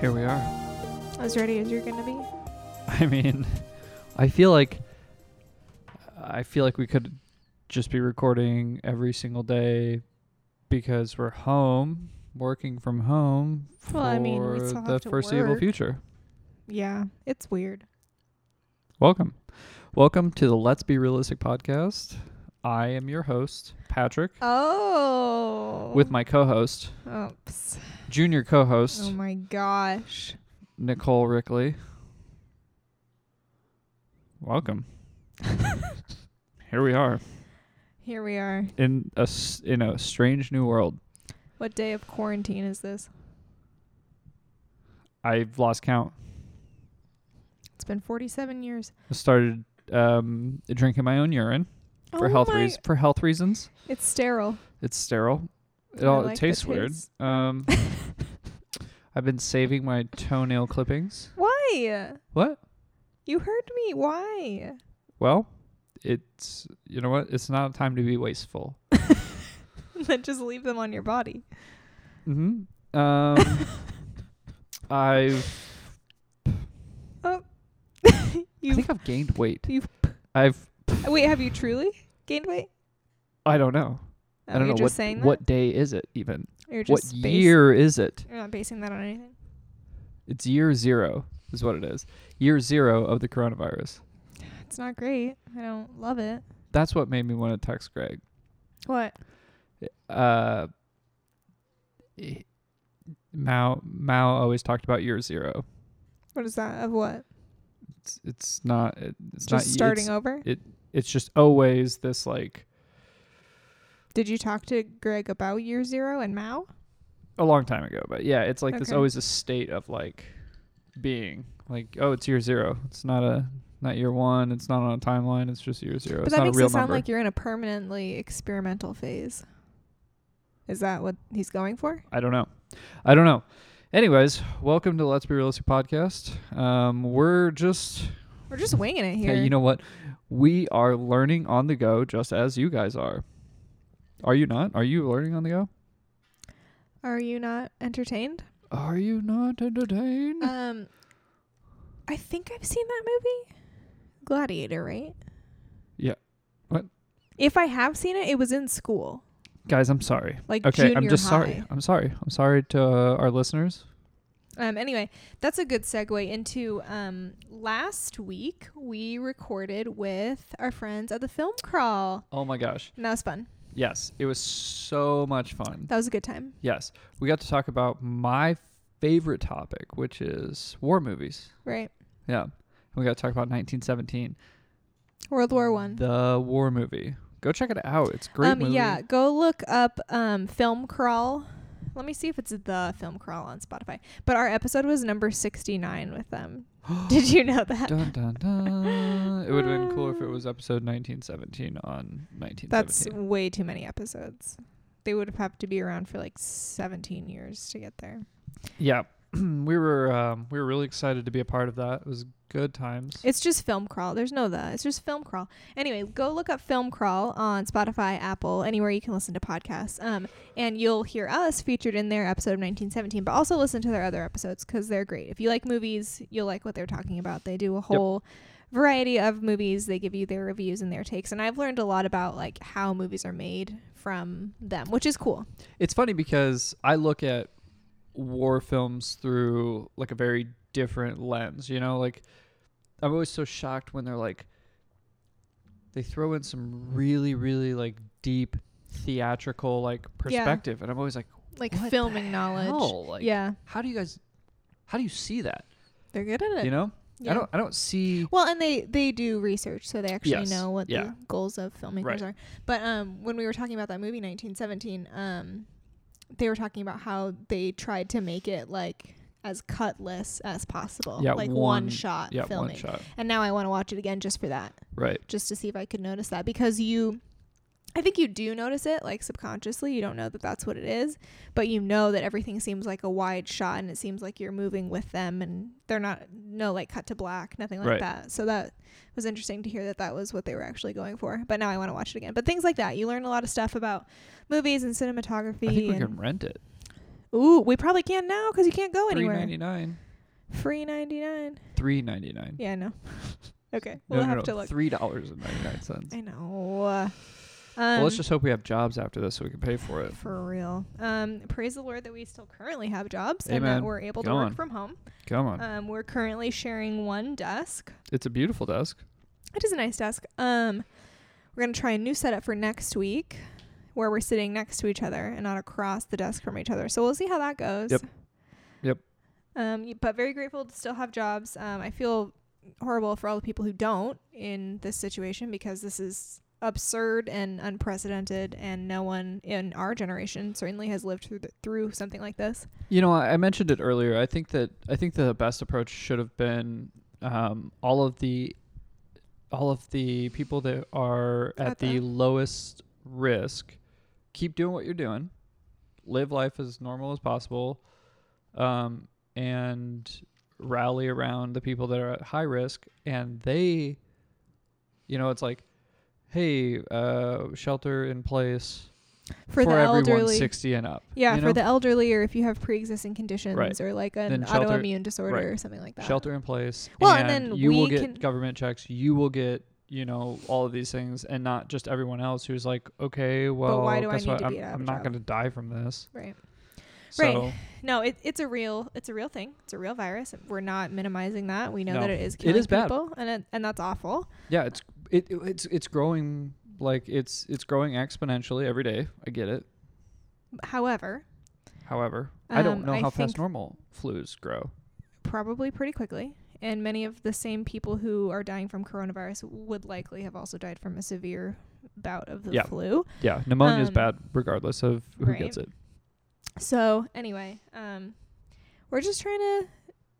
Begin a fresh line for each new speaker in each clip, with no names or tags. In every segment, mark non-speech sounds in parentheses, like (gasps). Here we are. (laughs)
As ready as you're gonna be.
I mean, I feel like I feel like we could just be recording every single day because we're home, working from home for
Well, I mean, we still have
the
to
foreseeable
work.
future.
Yeah, it's weird.
Welcome. Welcome to the Let's Be Realistic podcast. I am your host, Patrick,
Oh.
with my co-host,
Oops.
junior co-host,
Oh my gosh.
Nicole Rickley.
(laughs)
Welcome. Here we are
Here we are.
in a s- in a strange new world.
What day of quarantine is this?
I've lost count.
It's been 47 years.
I started um, drinking my own urine for
Oh
health
my-
reasons. For health reasons,
It's sterile.
it's sterile. It
I
all
like
it
the
tastes weird.
taste. (laughs)
Um, I've been saving my toenail clippings.
Why?
What?
You heard me. Why? (laughs)
Well, it's you know what? It's not time to be wasteful.
then just leave them on your body. (laughs)
hmm Um, I've I
You've
think I've gained weight.
you've-
I've
wait. Have you truly gained weight?
I don't know.
Oh,
I don't
you're
know
just
what
saying that?
what day is it even?
You're
What
just bas-
year is it?
You're not basing that on anything.
It's year zero is what it is. Year zero of the coronavirus.
It's not great. I don't love it.
That's what made me want to text Greg.
What?
Uh, eh, Mao Mao always talked about year zero.
What is that? Of what?
It's, it's not. It's not
Just starting
It's,
over?
it's just always this like
Did you talk to Greg about year zero and Mao?
a long time ago, but yeah, it's like this
Okay.
always a state of like being like oh it's year zero. It's not a not year one. It's not on a timeline. It's just year zero.
But
it's
that
not
makes
a real
it sound
number.
like you're in a permanently experimental phase. Is that what he's going for?
I don't know. I don't know. Anyways, welcome to Let's Be Realistic podcast. Um, we're just
We're just winging it here.
hey, you know what? We are learning on the go, just as you guys are. Are you not? Are you learning on the go?
Are you not entertained?
Are you not entertained?
um, I think I've seen that movie, Gladiator, right?
Yeah. What?
If I have seen it, it was in school,
guys, I'm sorry.
like
Okay,
junior
I'm just
high.
sorry. I'm sorry. I'm sorry to uh, our listeners.
Um, anyway, that's a good segue into um, last week we recorded with our friends at the film crawl,
Oh my gosh.
and that was fun.
Yes, it was so much fun.
That was a good time.
Yes, we got to talk about my favorite topic, which is war movies.
Right,
Yeah. And we got to talk about 1917,
World War One.
the war movie. Go check it out. It's a great
um,
movie.
yeah, go look up um, film crawl. Let me see if it's the film crawl on Spotify. But our episode was number sixty nine
(gasps)
with them. Did you know that?
Dun, dun, dun. It would have been cool if it
(laughs)
was episode 1917 on 1917.
That's way too many episodes. They would have had to be around for like seventeen years to get there.
yeah. (clears throat) we were um, we were really excited to be a part of that. It was good times.
It's just film crawl. There's no the. It's just film crawl. Anyway, go look up film crawl on Spotify, Apple, anywhere you can listen to podcasts. Um, and you'll hear us featured in their episode of 1917. But also listen to their other episodes because they're great. If you like movies, you'll like what they're talking about. They do a whole variety of movies. They give you their reviews and their takes. And I've learned a lot about like how movies are made from them, which is cool.
It's funny because I look at war films through like a very different lens, you know, like I'm always so shocked when they're like they throw in some really really like deep theatrical like perspective and I'm always like
Like
What the
filming knowledge.
hell? Like,
yeah,
how do you guys how do you see that?
they're good at it.
You know?
yeah.
I don't I don't see
Well, and they they do research, so they actually
Yes,
know what
yeah.
the goals of filmmakers
Right.
are. But um, when we were talking about that movie 1917, um, they were talking about how they tried to make it like as cutless as possible,
Yeah,
like
one-
one, shot
yeah,
filming.
one shot.
And now I want to watch it again just for that,
Right.
just to see if I could notice that because you. I think you do notice it, like subconsciously. You don't know that that's what it is, but you know that everything seems like a wide shot and it seems like you're moving with them and they're not, no, like cut to black, nothing like
Right.
that. So that was interesting to hear that that was what they were actually going for. But now I want to watch it again. But things like that. You learn a lot of stuff about movies and cinematography.
I think we
and
can rent it.
Ooh, we probably can now because you can't go
Three
anywhere.
ninety nine.
Free ninety nine.
Three ninety nine.
Yeah, I know. (laughs) okay,
No,
we'll
no,
have
no,
to look.
Three dollars and ninety nine cents.
I know. Uh, Um,
well, let's just hope we have jobs after this so we can pay for it.
for real. Um, praise the Lord that we still currently have jobs and that
Amen.
we're able to
Go
work
on.
from home.
Come on,
Um, we're currently sharing one desk.
it's a beautiful desk.
It is a nice desk. Um, we're gonna try a new setup for next week, where we're sitting next to each other and not across the desk from each other. So we'll see how that goes.
Yep. Yep.
Um, y- but very grateful to still have jobs. Um, I feel horrible for all the people who don't in this situation because this is absurd and unprecedented, and no one in our generation certainly has lived through th- through something like this.
You know, I I mentioned it earlier. I think that I think the best approach should have been um, all of the all of the people that are at,
At
the,
the-
lowest risk. Keep doing what you're doing. Live life as normal as possible, um, and rally around the people that are at high risk. And they, you know, it's like, hey, uh, shelter in place
For, the
everyone
elderly,
60 and up.
yeah,
you
for
know?
the elderly, or if you have pre-existing conditions, or like an
Then shelter-
autoimmune disorder
right.
or something like that.
shelter in place.
Well,
and,
and then
you will
we
get
can-
government checks. You will get you know all of these things, and not just everyone else who's like, okay, well,
why do I
guess
need
what?
to
I'm,
be out of
I'm
a
not
job?
going to die from this.
Right. Right.
So
No, it, it's a real it's a real thing. It's a real virus. We're not minimizing that. We know
No.
that it is
It
killing
is bad.
people, and it, and that's awful.
yeah, it's it, it- it's it's growing like it's it's growing exponentially every day. I get it.
However,
However, I don't
Um,
know
I
how fast
think-
normal flus grow.
probably pretty quickly, and many of the same people who are dying from coronavirus would likely have also died from a severe bout of the
Yeah.
flu.
Yeah, pneumonia is
Um,
bad regardless of who
right.
gets it.
So anyway, um, we're just trying to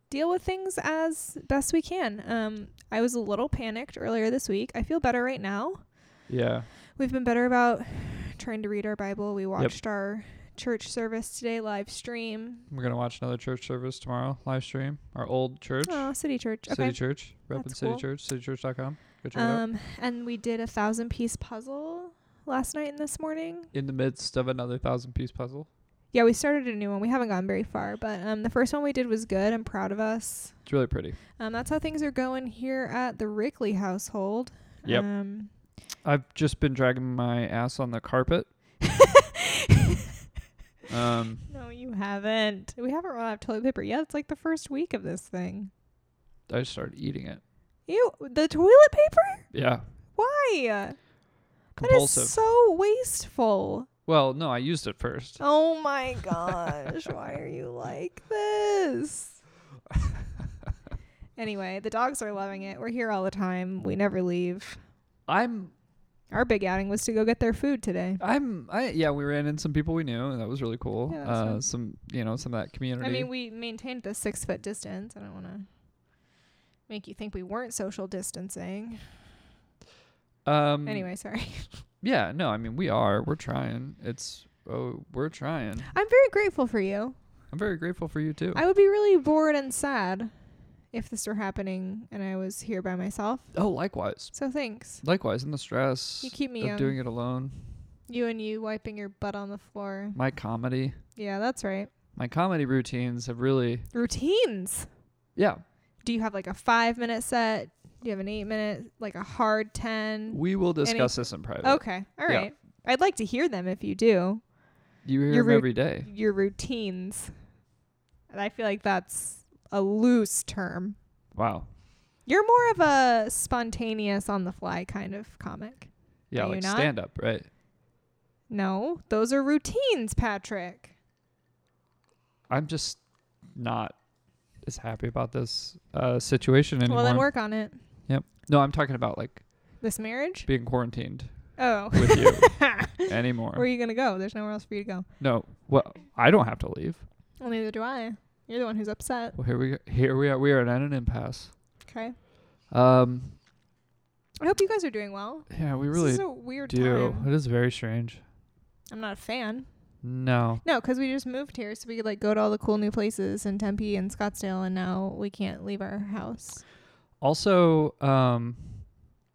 deal with things as best we can. Um, I was a little panicked earlier this week. I feel better right now.
Yeah,
We've been better about trying to read our Bible. We watched our church service today live stream.
we're gonna watch another church service tomorrow live stream. Our old church,
Oh, City Church. Okay.
City Church, repping
That's
City
cool.
Church, citychurch.com. Go check it out.
um, and we did a thousand piece puzzle last night and this morning.
in the midst of another thousand piece puzzle.
Yeah, we started a new one. We haven't gone very far, but um, the first one we did was good. I'm proud of us.
It's really pretty.
Um, that's how things are going here at the Rickley household.
Yep.
Um, (laughs)
I've just been dragging my ass on the carpet. um,
no, you haven't. We haven't run out of toilet paper yet. It's like the first week of this thing.
I just started eating it.
Ew, the toilet paper?
Yeah,
Why?
compulsive.
That is so wasteful.
well, no, I used it first.
Oh my gosh, why are you like this? (laughs) anyway, the dogs are loving it. We're here all the time. We never leave.
I'm,
Our big outing was to go get their food today.
I'm, I yeah. We ran in some people we knew, and that was really cool.
Yeah, that was
uh,
fun.
some, you know, some of that community.
I mean, we maintained the six foot distance. I don't want to make you think we weren't social distancing.
um,
Anyway, sorry. (laughs)
yeah, no, I mean, we are. We're trying. It's oh, we're trying.
I'm very grateful for you.
I'm very grateful for you too.
I would be really bored and sad if this were happening and I was here by myself.
oh, likewise.
So thanks.
Likewise, in the stress
You keep me um,
of
young.
doing it alone,
You and you wiping your butt on the floor.
my comedy,
Yeah, that's right.
my comedy routines have really,
Routines.
yeah,
Do you have like a five minute set? Do you have an eight minute, like a hard 10?
We will discuss this in private.
Okay. All
uh, Yeah.
right. I'd like to hear them if you do.
You hear
Your
him
root-
every day.
Your routines. And I feel like that's a loose term.
Wow.
You're more of a spontaneous, on the fly kind of comic.
Yeah,
Are you
like
not?
stand up, right?
No, those are routines, Patrick.
I'm just not as happy about this uh, situation anymore.
Well, then work on it.
no, I'm talking about like
This marriage?
being
(laughs)
quarantined
Oh.
with
(laughs)
you
Where are
anymore.
you going to go? There's nowhere else for you to go.
No, well, I don't have to leave.
Well, neither do I. You're the one who's upset.
Well, here we go. here we are. We are at an impasse.
Okay.
Um,
I hope you guys are doing well.
yeah, we
this
really
is a weird
do.
time.
It is very strange.
I'm not a fan.
No,
No, because we just moved here, so we could like go to all the cool new places in Tempe and Scottsdale, and now we can't leave our house.
also um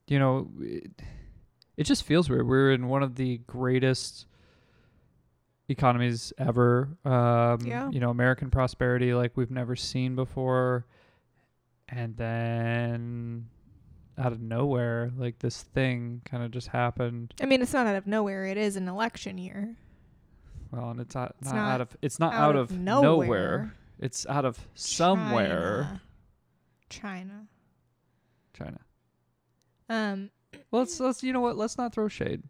you know it, it just feels weird we're in one of the greatest economies ever. Um,
Yeah.
You know, American prosperity like we've never seen before. And then out of nowhere, like this thing kind of just happened.
I mean, it's not out of nowhere. It is an election year.
Well, and it's not,
It's
not,
not
out of it's not out, of, nowhere. It's out of somewhere.
China.
China.
China. Um,
Well, let's let's you know what? Let's not throw shade.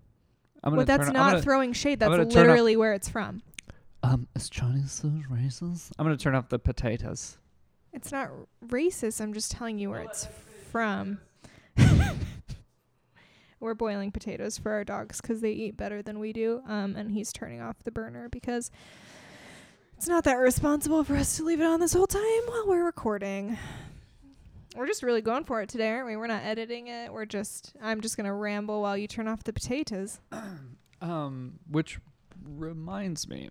I'm
well,
gonna
that's
turn,
not
I'm gonna,
throwing shade.
I'm
That's
gonna turn up-
literally where it's from.
um is China so racist? I'm gonna turn off the potatoes.
It's not r- racist. I'm just telling you where it's from. (laughs) We're boiling potatoes for our dogs because they eat better than we do. Um, and he's turning off the burner because it's not that responsible for us to leave it on this whole time while we're recording. We're just really going for it today, aren't we? We're not editing it. We're just, I'm just going to ramble while you turn off the potatoes.
Um, which reminds me,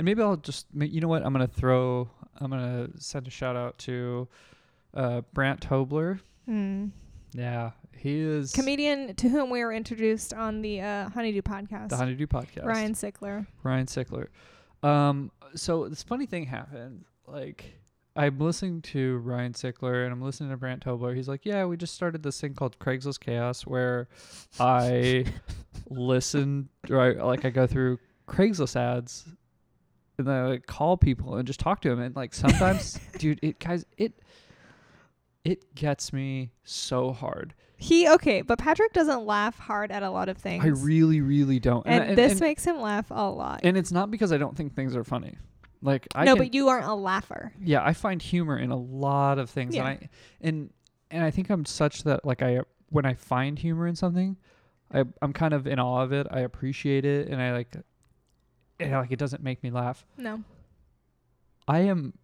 and maybe I'll just ma- you know what I'm gonna throw. I'm gonna send a shout out to uh, Brant Tobler.
Hmm.
Yeah, he is
Comedian to whom we were introduced on the uh, Honeydew podcast,
the Honeydew podcast.
Ryan Sickler.
Ryan Sickler. Um, so this funny thing happened. Like I'm listening to Ryan Sickler and I'm listening to Brant Tobler. He's like, "Yeah, we just started this thing called Craigslist Chaos, where
(laughs)
I listen, or I, like I go through Craigslist ads." And then I like, call people and just talk to them. And like
(laughs)
sometimes, dude, it guys, it it gets me so hard.
He okay, but Patrick doesn't laugh hard at a lot of things.
I really, really don't.
and,
I-
this
and,
makes him laugh a lot.
and it's not because I don't think things are funny. Like I
no,
can,
but you aren't a laugher.
yeah i find humor in a lot of things and
Yeah.
i and and i think i'm such that like i when i find humor in something I, i'm kind of in awe of it i appreciate it and i like and like it doesn't make me laugh
No,
i am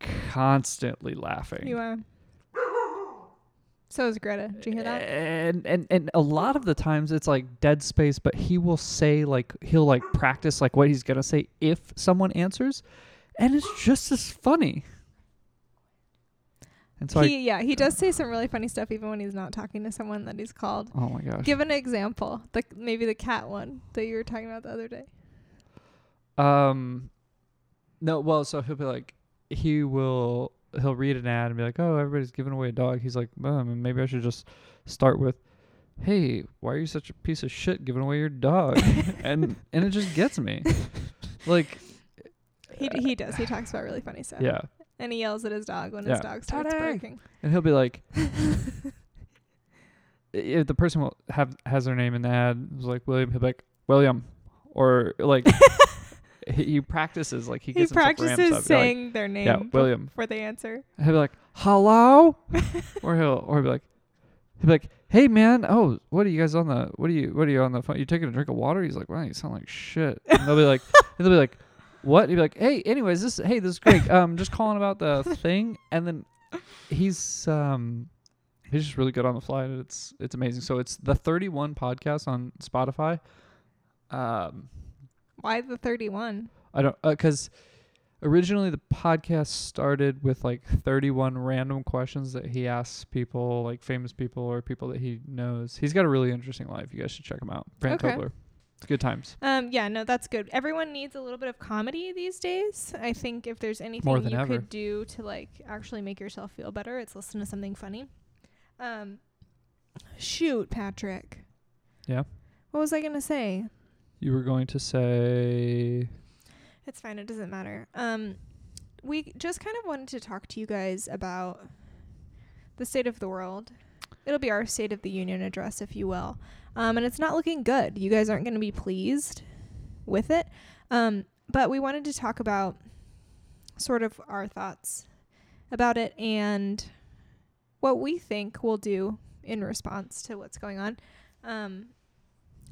constantly laughing
you are. So is Greta. Did you hear
Uh,
that?
and and and a lot of the times it's like dead space but he will say like he'll like practice like what he's gonna say if someone answers and it's just as funny and so I,
he yeah, he does say some really funny stuff even when he's not talking to someone that he's called.
oh my gosh
Give an example, the maybe the cat one that you were talking about the other day.
Um, no, well, so he'll be like, he will, he'll read an ad and be like, oh, everybody's giving away a dog. He's like, well, I mean, maybe I should just start with, hey, why are you such a piece of shit giving away your (laughs) dog? and and it just gets (laughs) me, like,
He he does. He talks about really funny stuff.
yeah.
And he yells at his dog when
Yeah.
his dog starts
Taddy!
barking.
And he'll be like,
(laughs)
if the person will have has their name in the ad, it's like William, he'll be like William, or (laughs) like he, he practices, like he
He
gets himself ramped up. He'll be
practices
like,
saying their name
yeah, William.
before they answer.
And he'll be like, "Hello," or he'll or he'll be like, he'll be like, "Hey man, oh, what are you guys on the? What are you? What are you on the phone? You taking a drink of water?" He's like, "Wow, you sound like shit." And they'll be
(laughs)
like, and they'll be like, "What?" And He'll be like, "Hey, anyways, this hey, this is Greg. Um, just calling about the thing." And then he's um. He's just really good on the fly, and it's it's amazing. So it's the 31 podcast on Spotify. Um,
Why the thirty one?
I don't because originally the podcast started with like 31 random questions that he asks people, like famous people or people that he knows. He's got a really interesting life. You guys should check him out. Brant
Okay.
Tobler. It's good times.
Um, yeah, no, that's good. Everyone needs a little bit of comedy these days. I think if there's anything
More
you
than ever.
could do to like actually make yourself feel better, it's listen to something funny. Um, shoot, Patrick.
Yeah?
What was I gonna say?
You were going to say
It's fine. It doesn't matter. Um, we just kind of wanted to talk to you guys about the state of the world. It'll be our State of the Union address, if you will. Um, and it's not looking good. You guys aren't going to be pleased with it. Um, but we wanted to talk about sort of our thoughts about it and what we think we'll do in response to what's going on. Um,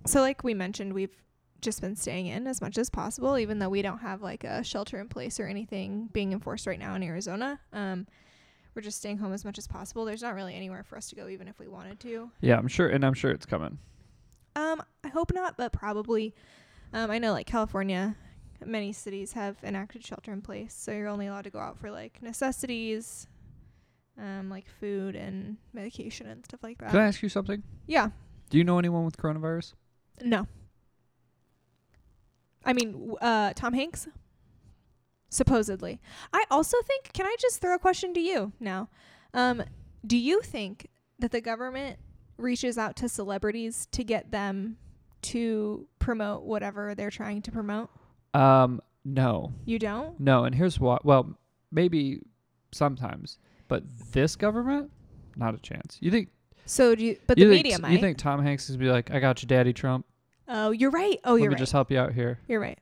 so, like we mentioned, we've just been staying in as much as possible, even though we don't have like a shelter in place or anything being enforced right now in Arizona. Um, we're just staying home as much as possible. There's not really anywhere for us to go, even if we wanted to.
Yeah, I'm sure and I'm sure it's coming.
Um, I hope not, but probably. Um, I know like California, many cities have enacted shelter in place, so you're only allowed to go out for like necessities, um, like food and medication and stuff like that.
Can I ask you something?
Yeah.
Do you know anyone with coronavirus?
No. I mean, w- uh, Tom Hanks, supposedly. I also think. Can I just throw a question to you now? Um, do you think that the government reaches out to celebrities to get them to promote whatever they're trying to promote?
Um, no,
You don't.
no, and here's why. Well, maybe sometimes, but this government, not a chance. You think?
So do you? But
you
the
think,
media might.
You think Tom Hanks is gonna be like, "I got you, Daddy Trump.
oh, you're right. Oh,
Let
you're
me
right.
just help you out here."
You're right.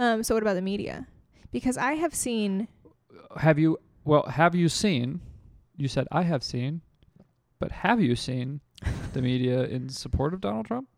Um, so what about the media? Because I have seen
Have you? Well, have you seen? You said I have seen, but have you
(laughs)
seen the media in support of Donald Trump?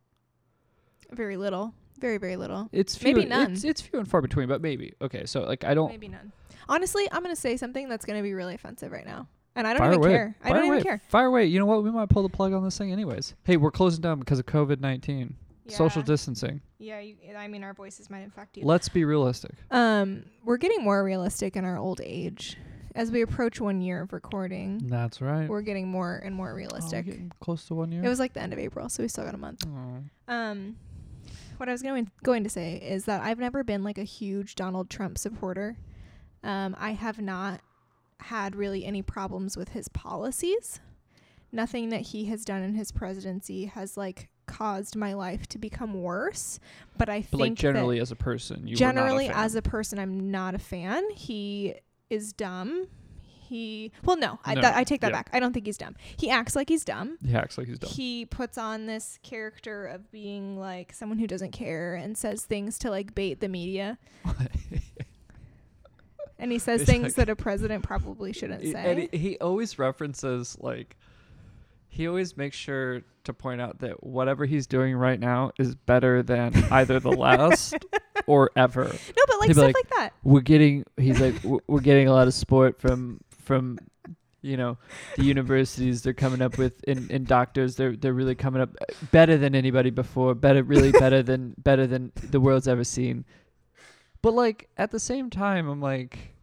very little, very very little,
It's few
Maybe
and-
none.
It's, it's few and far between, but maybe. Okay, so like I don't.
maybe none. Honestly, I'm gonna say something that's gonna be really offensive right now, and I don't
fire
even
away.
care. I
fire
don't
away.
even care.
Fire away. You know what? We might pull the plug on this thing anyways. Hey, we're closing down because of COVID nineteen. Social distancing.
Yeah, you, I mean our voices might infect you.
Let's be realistic.
Um, we're getting more realistic in our old age. As we approach one year of recording,
That's right.
we're getting more and more
Oh, we're
realistic.
getting close to one year.
it was like the end of April, so we still got a month.
Oh.
Um, what I was going going to say is that I've never been like a huge Donald Trump supporter. Um, I have not had really any problems with his policies. Nothing that he has done in his presidency has like caused my life to become worse. But I
But
think
like
that
generally as a person, you
generally
were not a fan.
as a person, I'm not a fan. He is dumb. He well, no, I,
No,
that, I take that
yeah.
back. I don't think he's dumb. He acts like he's dumb
he acts like he's dumb.
he puts on this character of being like someone who doesn't care and says things to like bait
(laughs)
the media. and he says
It's
things
like-
that a president probably shouldn't
He-
say.
E, And
(laughs)
he- he always references like he always makes sure to point out that whatever he's doing right now is better than either the
(laughs)
last or ever.
no, but
he'd
like
be
stuff
like,
like, that.
We're getting he's like "W- we're getting a lot of support from from you know the universities they're coming up with and, and doctors they're they're really coming up better than anybody before better really better than better than the world's ever seen but like at the same time i'm like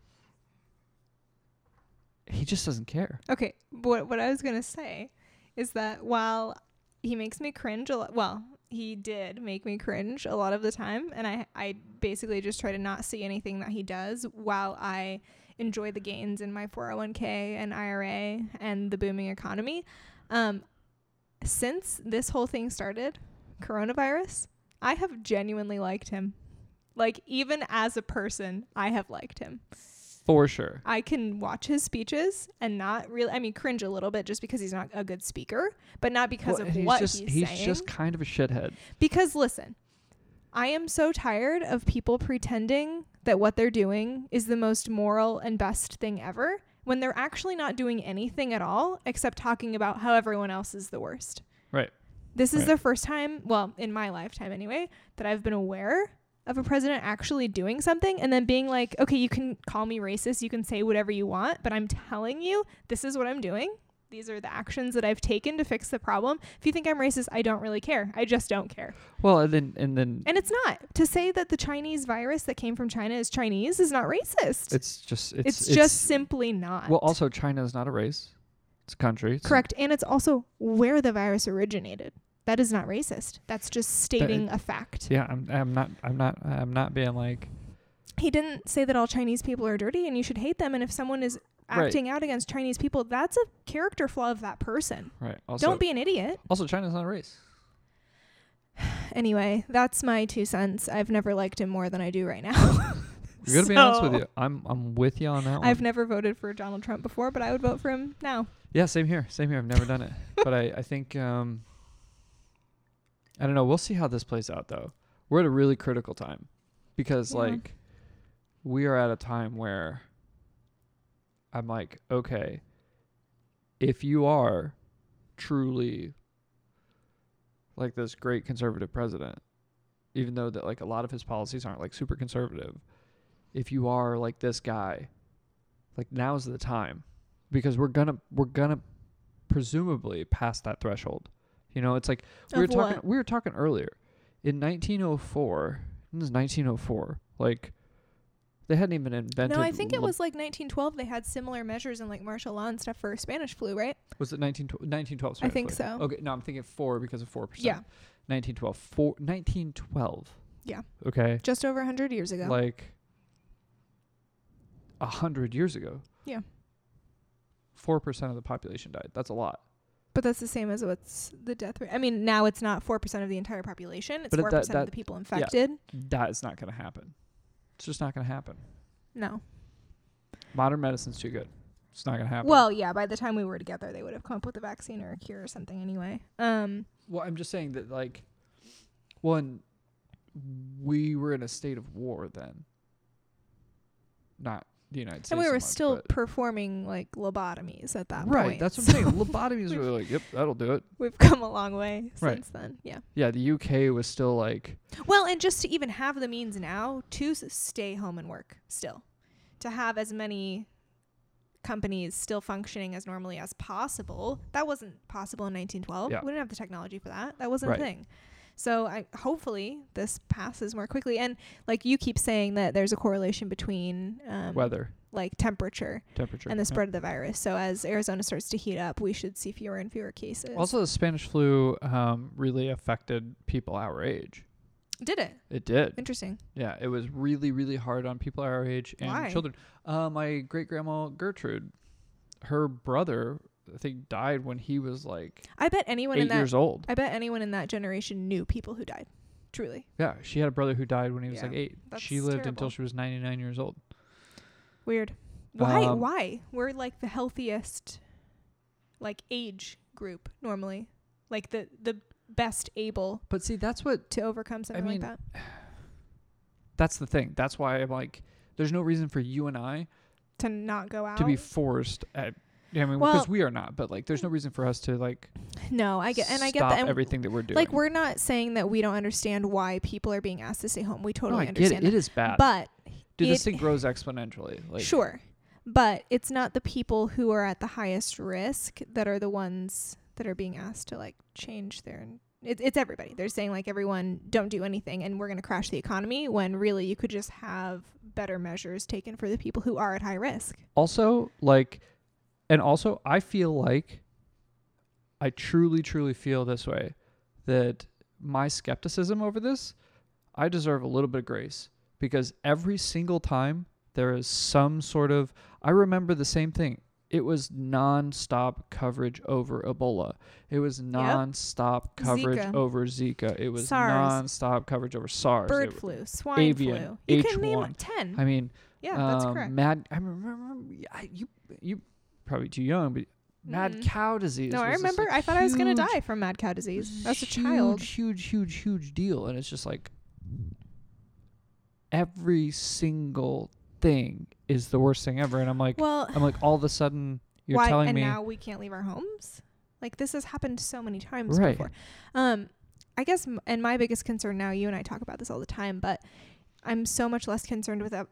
he just doesn't care
Okay, what what I was gonna say is that while he makes me cringe a lot, well, he did make me cringe a lot of the time, and I I basically just try to not see anything that he does while I enjoy the gains in my 401k and IRA and the booming economy. Um, since this whole thing started, coronavirus, I have genuinely liked him. Like even as a person, I have liked him.
For sure.
I can watch his speeches and not really, I mean, cringe a little bit just because he's not a good speaker, but not because
Well,
of what
just,
he's, saying.
just kind of a shithead.
because listen, I am so tired of people pretending that what they're doing is the most moral and best thing ever when they're actually not doing anything at all except talking about how everyone else is the worst.
Right.
This is
Right.
the first time, well, in my lifetime anyway, that I've been aware of a president actually doing something and then being like, okay, you can call me racist, you can say whatever you want, but I'm telling you, this is what I'm doing. These are the actions that I've taken to fix the problem. If you think I'm racist, I don't really care. I just don't care.
Well, and then and then
And it's not. To say that the Chinese virus that came from China is Chinese is not racist. It's,
it's just it's,
just simply not.
well. Also, China is not a race; it's a country. It's-
Correct. And it's also where the virus originated. That is not racist. That's just stating a fact.
yeah, I'm I'm not I'm not I'm not being like
he didn't say that all Chinese people are dirty and you should hate them. And if someone is
Right.
acting out against Chinese people, that's a character flaw of that person.
right. Also,
Don't be an idiot.
also China's not a race.
Anyway, that's my two cents. I've never liked him more than I do right now.
I'm gonna be honest
So-
with you. I'm I'm with you on that one.
(laughs) I've never voted for Donald Trump before, but I would vote for him now.
yeah, same here, same here. I've never done it, but I I think um I don't know. We'll see how this plays out though. We're at a really critical time because
Yeah.
like we are at a time where I'm like, okay, if you are truly like this great conservative president, even though that like a lot of his policies aren't like super conservative, if you are like this guy, like now's the time because we're gonna we're gonna presumably pass that threshold. You know, it's like we were
Of
talking
what?
we were talking earlier in 1904. This is 1904. Like they hadn't even invented.
No, I think it
lab-
was like 1912. They had similar measures in like martial law and stuff for Spanish flu, right?
Was it 1912? 1912
I think
specifically.
so.
Okay, no, I'm thinking four because of four percent.
Yeah.
1912. Four, 1912.
Yeah.
Okay.
just over 100 years ago.
Like a hundred years ago.
Yeah.
Four percent of the population died. That's a lot.
but that's the same as what's the death rate. I mean, now it's not 4% of the entire population, it's
But it-
4%
that-
of
that-
the people infected.
That is not gonna happen. It's just not gonna happen.
No.
Modern medicine's too good. It's not gonna happen.
Well, yeah, by the time we were together, they would have come up with a vaccine or a cure or something anyway. Um,
Well, I'm just saying that like one we were in a state of war then. Not the United States.
and we
so
were
much,
still
but-
performing like lobotomies at that
right.
point.
That's what
So
I'm saying. Lobotomies were like, yep, that'll do it.
(laughs) We've come a long way
Right.
since then. Yeah.
Yeah, the UK was still like,
Well, and just to even have the means now to s- stay home and work still, to have as many companies still functioning as normally as possible. That wasn't possible in 1912.
Yeah.
We didn't have the technology for that. That wasn't
Right.
a thing. So I hopefully this passes more quickly. And like you keep saying that there's a correlation between um,
weather,
like temperature
temperature,
and the
yeah.
spread of the virus. So as Arizona starts to heat up, we should see fewer and fewer cases.
Also, the Spanish flu um, really affected people our age.
Did it?
It did.
Interesting.
Yeah, it was really, really hard on people our age and
Why?
children. Uh, my great grandma Gertrude, her brother, I think, died when he was like
I bet anyone in
eight
that
years old.
I bet anyone in that generation knew people who died. Truly.
Yeah, she had a brother who died when he was
Yeah,
like eight.
that's
She lived until
terrible.
she was 99 years old.
Weird. Why?
Um,
why? We're like the healthiest like age group normally. Like the the best able
But see, that's what (sighs)
to overcome something
mean,
like that.
That's the thing. That's why I'm like, there's no reason for you and I
To not go out.
to be forced at. I mean,
Well-
because we are not, but like, there's no reason for us to like
no, I get and I get
stop
that and
everything that we're doing.
like we're not saying that we don't understand why people are being asked to stay home. We
No,
totally
I get
understand.
it. It is bad.
that. But
Dude, this
it-
thing grows exponentially. Like,
sure. But it's not the people who are at the highest risk that are the ones that are being asked to like change their. It, it's everybody. They're saying like everyone don't do anything and we're going to crash the economy when really you could just have better measures taken for the people who are at high risk.
Also, like, and also, I feel like, I truly, truly feel this way, that my skepticism over this, I deserve a little bit of grace because every single time there is some sort of, I remember the same thing. It was nonstop coverage over Ebola. It was nonstop coverage
Zika.
over Zika. It was
SARS.
nonstop coverage over SARS.
Bird
It-
flu, swine
avian,
flu. You can name
H1.
10.
I mean,
yeah, that's
um,
correct.
Mad. I remember I, you. You probably too young, but mad
Mm.
cow disease.
No, I
was this,
remember.
like,
I thought I was going to
huge-
die from mad cow disease
this
as a
huge,
child.
Huge, huge, huge deal, and it's just like every single thing is the worst thing ever, and I'm like,
Well,
I'm like, all of a sudden you're
why
telling
and
me
now we can't leave our homes like this has happened so many times
Right.
before um i guess m- and my biggest concern now you and i talk about this all the time but i'm so much less concerned with that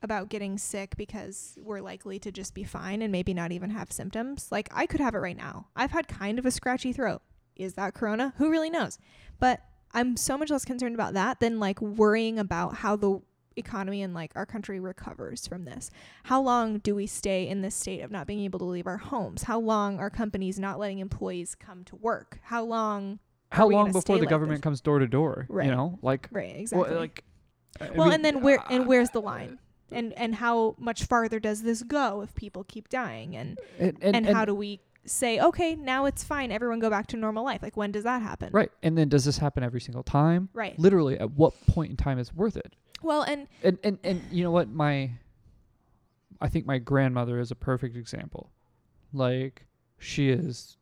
about getting sick because we're likely to just be fine and maybe not even have symptoms like i could have it right now i've had kind of a scratchy throat is that corona who really knows but i'm so much less concerned about that than like worrying about how the economy and like our country recovers from this how long do we stay in this state of not being able to leave our homes? How long are companies not letting employees come to work? How long?
how
we
long
gonna
before
stay
the
like
government
this?
comes door to door.
Right.
You know, like,
Right, exactly.
well,
Well,
like. I mean,
and then where and
uh,
where's the line? And and how much farther does this go if people keep dying? And
and,
and, how do we say okay, now it's fine, everyone go back to normal life? Like when does that happen?
right? And then does this happen every single time?
Right.
Literally, at what point in time is worth it?
Well, and
and and and you know what my i think my grandmother is a perfect example like she is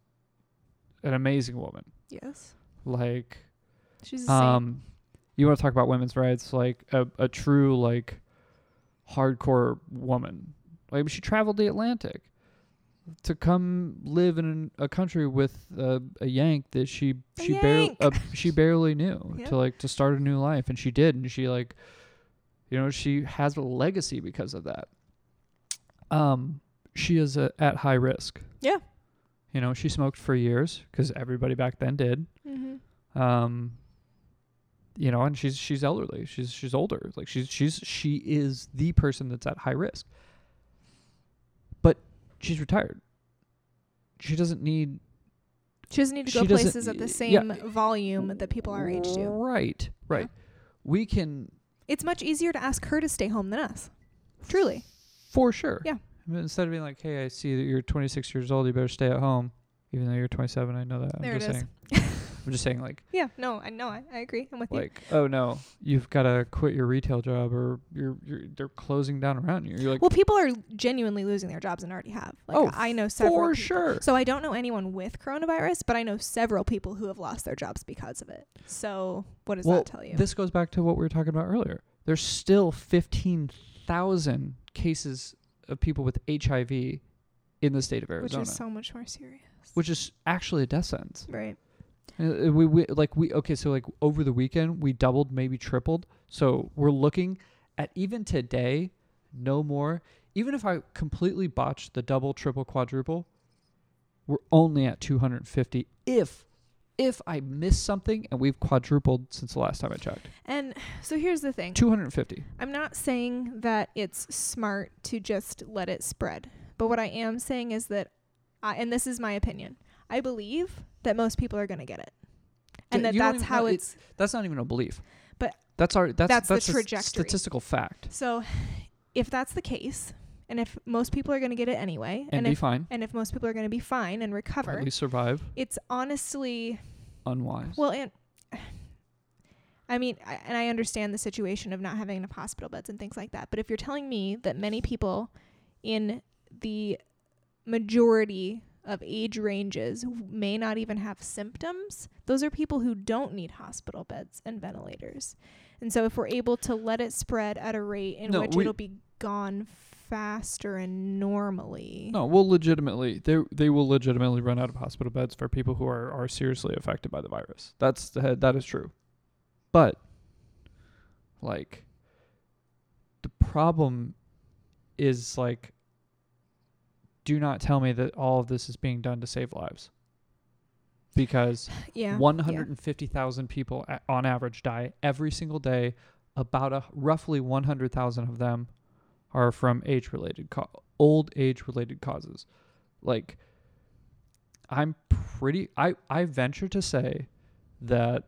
an amazing woman
yes,
like
she's a saint.
um you want to talk about women's rights like a, a true like hardcore woman like she traveled the atlantic to come live in an, a country with a, a yank that she
A
she barely
yank!
uh, she barely knew
(laughs) Yeah.
to like to start a new life and she did and she like you know she has a legacy because of that um she is a, at high risk
Yeah.
you know she smoked for years because everybody back then did
Mhm.
um you know and she's she's elderly she's she's older like she's she's she is the person that's at high risk but she's retired she doesn't need
she doesn't need to
she
go
doesn't-
places at the same
yeah.
volume that people our age do.
right right we can
It's much easier to ask her to stay home than us. Truly.
for sure.
Yeah.
I mean, instead of being like, "Hey, I see that you're 26 years old. You better stay at home," even though you're 27. I know that. I'm
There
just
it is.
saying.
(laughs)
I'm just saying, like,
Yeah, no, I know. I, I agree. I'm with you.
like, oh no, you've got to quit your retail job, or you're you're they're closing down around you. You're like,
Well, people are genuinely losing their jobs and already have. Like,
Oh,
I know several.
for
people-
sure.
So I don't know anyone with coronavirus, but I know several people who have lost their jobs because of it. So what does
Well,
that tell you?
This goes back to what we were talking about earlier. There's still 15,000 cases of people with HIV in the state of
which
Arizona,
is so much more serious.
actually a death sentence.
right.
And, uh, We, we like we okay, so like over the weekend we doubled, maybe tripled. So we're looking at even today, no more. Even if I completely botched the double, triple, quadruple, we're only at 250. If if I miss something and we've quadrupled since the last time I checked.
And so here's the thing.
250.
I'm not saying that it's smart to just let it spread. But what I am saying is that, I, and this is my opinion, I believe that most people are going to get it. And
Yeah,
that
you don't
that's
even
how
know- it-
it's.
That's not even a belief.
But
that's our that's
that's
that's,
the
a s-
trajectory.
statistical fact.
So if that's the case, and if most people are going to get it anyway,
And,
and,
be
if,
fine.
and if most people are going to be fine and
Or
recover,
At least survive
it's honestly
unwise.
Well, and (sighs) I mean, I, and I understand the situation of not having enough hospital beds and things like that. But if you're telling me that many people in the majority of age ranges w- may not even have symptoms, those are people who don't need hospital beds and ventilators. And so, if we're able to let it spread at a rate in
No,
which
we-
it'll be gone faster and normally,
no, we'll legitimately they they will legitimately run out of hospital beds for people who are are seriously affected by the virus. That's the that is true. But like the problem is like do not tell me that all of this is being done to save lives. Because
yeah, yeah.
150,000 people a- on average die every single day. About a, roughly 100,000 of them are from age related, ca- old age related causes. Like, I'm pretty, I, I venture to say that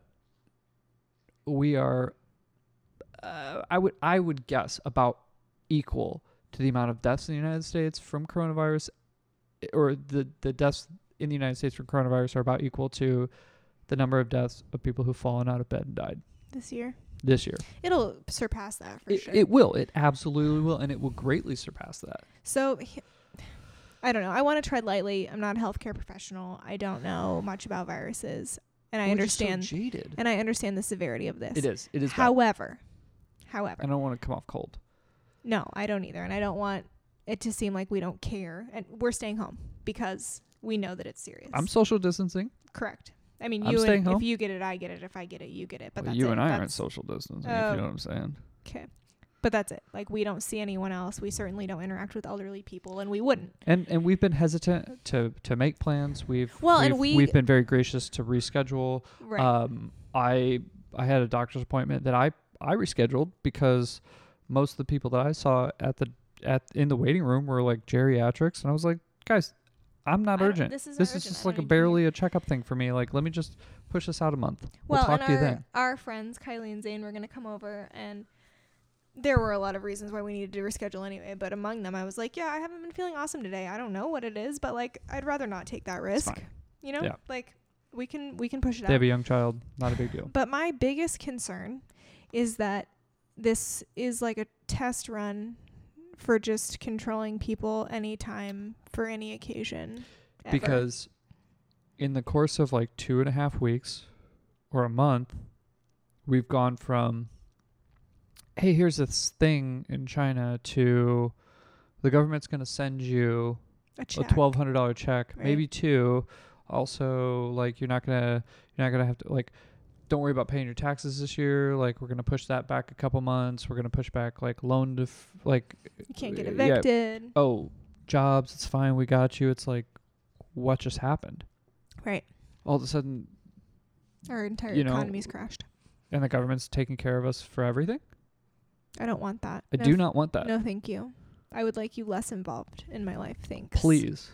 we are, uh, I would, I would guess about equal to the amount of deaths in the United States from coronavirus, or the, the deaths in the United States from coronavirus are about equal to the number of deaths of people who've fallen out of bed and died
this year
this year.
it'll surpass that for
It,
sure.
it will. It absolutely will, and it will greatly surpass that.
So, he- (sighs) I don't know. I want to tread lightly. I'm not a healthcare professional. I don't know much about viruses, and I
We're just so
understand.
jaded.
and I understand the severity of this.
It is. It is. How?
However, however,
I don't want to come off cold.
no, I don't either, and I don't want it to seem like we don't care. And we're staying home because we know that it's serious.
I'm social distancing.
correct. I mean,
I'm
you
staying
and,
home.
if you get it, I get it. If I get it, you get it. But
Well,
that's
you
it.
and I aren't
That's-
social distancing. if
Oh.
you know what I'm saying.
Okay. But that's it. Like we don't see anyone else. We certainly don't interact with elderly people, and we wouldn't.
And and we've been hesitant to to make plans. We've
Well,
we've,
and we-
we've been very gracious to reschedule.
Right.
Um, I I had a doctor's appointment that I I rescheduled because most of the people that I saw at the at in the waiting room were like geriatrics, and I was like, guys, I'm not
I don't-
urgent.
this isn't urgent. I
just
don't
like a
need to be here."
barely a checkup thing for me. Like, let me just push this out a month. We'll
Well,
talk
and
to you
our,
then.
our friends Kylie and Zane were going to come over, and there were a lot of reasons why we needed to reschedule anyway. But among them, I was like, "Yeah, I haven't been feeling awesome today. I don't know what it is, but like, I'd rather not take that
It's
risk.
fine.
You know,
Yeah.
like we can we can push it
They
out."
have e a young child. Not a big deal.
But my biggest concern is that this is like a test run for just controlling people anytime for any occasion. ever.
because in the course of like two and a half weeks or a month, we've gone from hey, here's this thing in China to the government's going to send you
a
a
check.
twelve hundred dollar check,
Right.
maybe two. Also, like you're not gonna you're not gonna have to like don't worry about paying your taxes this year. Like we're gonna push that back a couple months. We're gonna push back like loan to f- like
you can't get
yeah.
evicted.
oh jobs. It's fine. We got you. It's like what just happened?
Right.
All of a sudden,
Our entire
You know,
economy's crashed.
and the government's taking care of us for everything.
I don't want that.
I
no,
do not want that.
No, thank you. I would like you less involved in my life. Thanks.
Please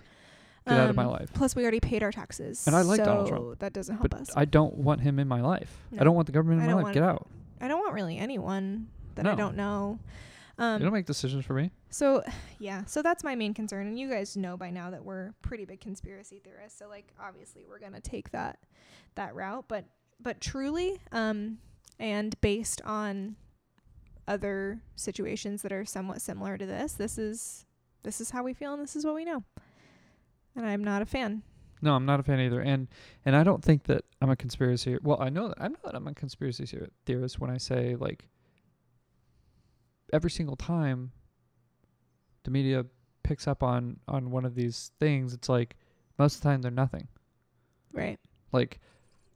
get out of my
Um,
life.
Plus, we already paid our taxes.
And I like
so
Donald Trump,
That doesn't help
But
us.
I don't want him in my life. I
No.
don't want the government
I
in my
don't
life.
want-
Get out.
I don't want really anyone that I
No.
don't know.
you don't
Um,
make decisions for me.
so (sighs) yeah, so that's my main concern, and you guys know by now that we're pretty big conspiracy theorists. So like, obviously, we're gonna take that that route, but but truly, um, and based on other situations that are somewhat similar to this, this is this is how we feel, and this is what we know. And I'm not a fan.
No, I'm not a fan either, and and I don't think that I'm a conspiracy. Well, I know that I know that I'm a conspiracy theor- theorist when I say like every single time the media picks up on on one of these things, it's like most of the time they're nothing.
Right.
Like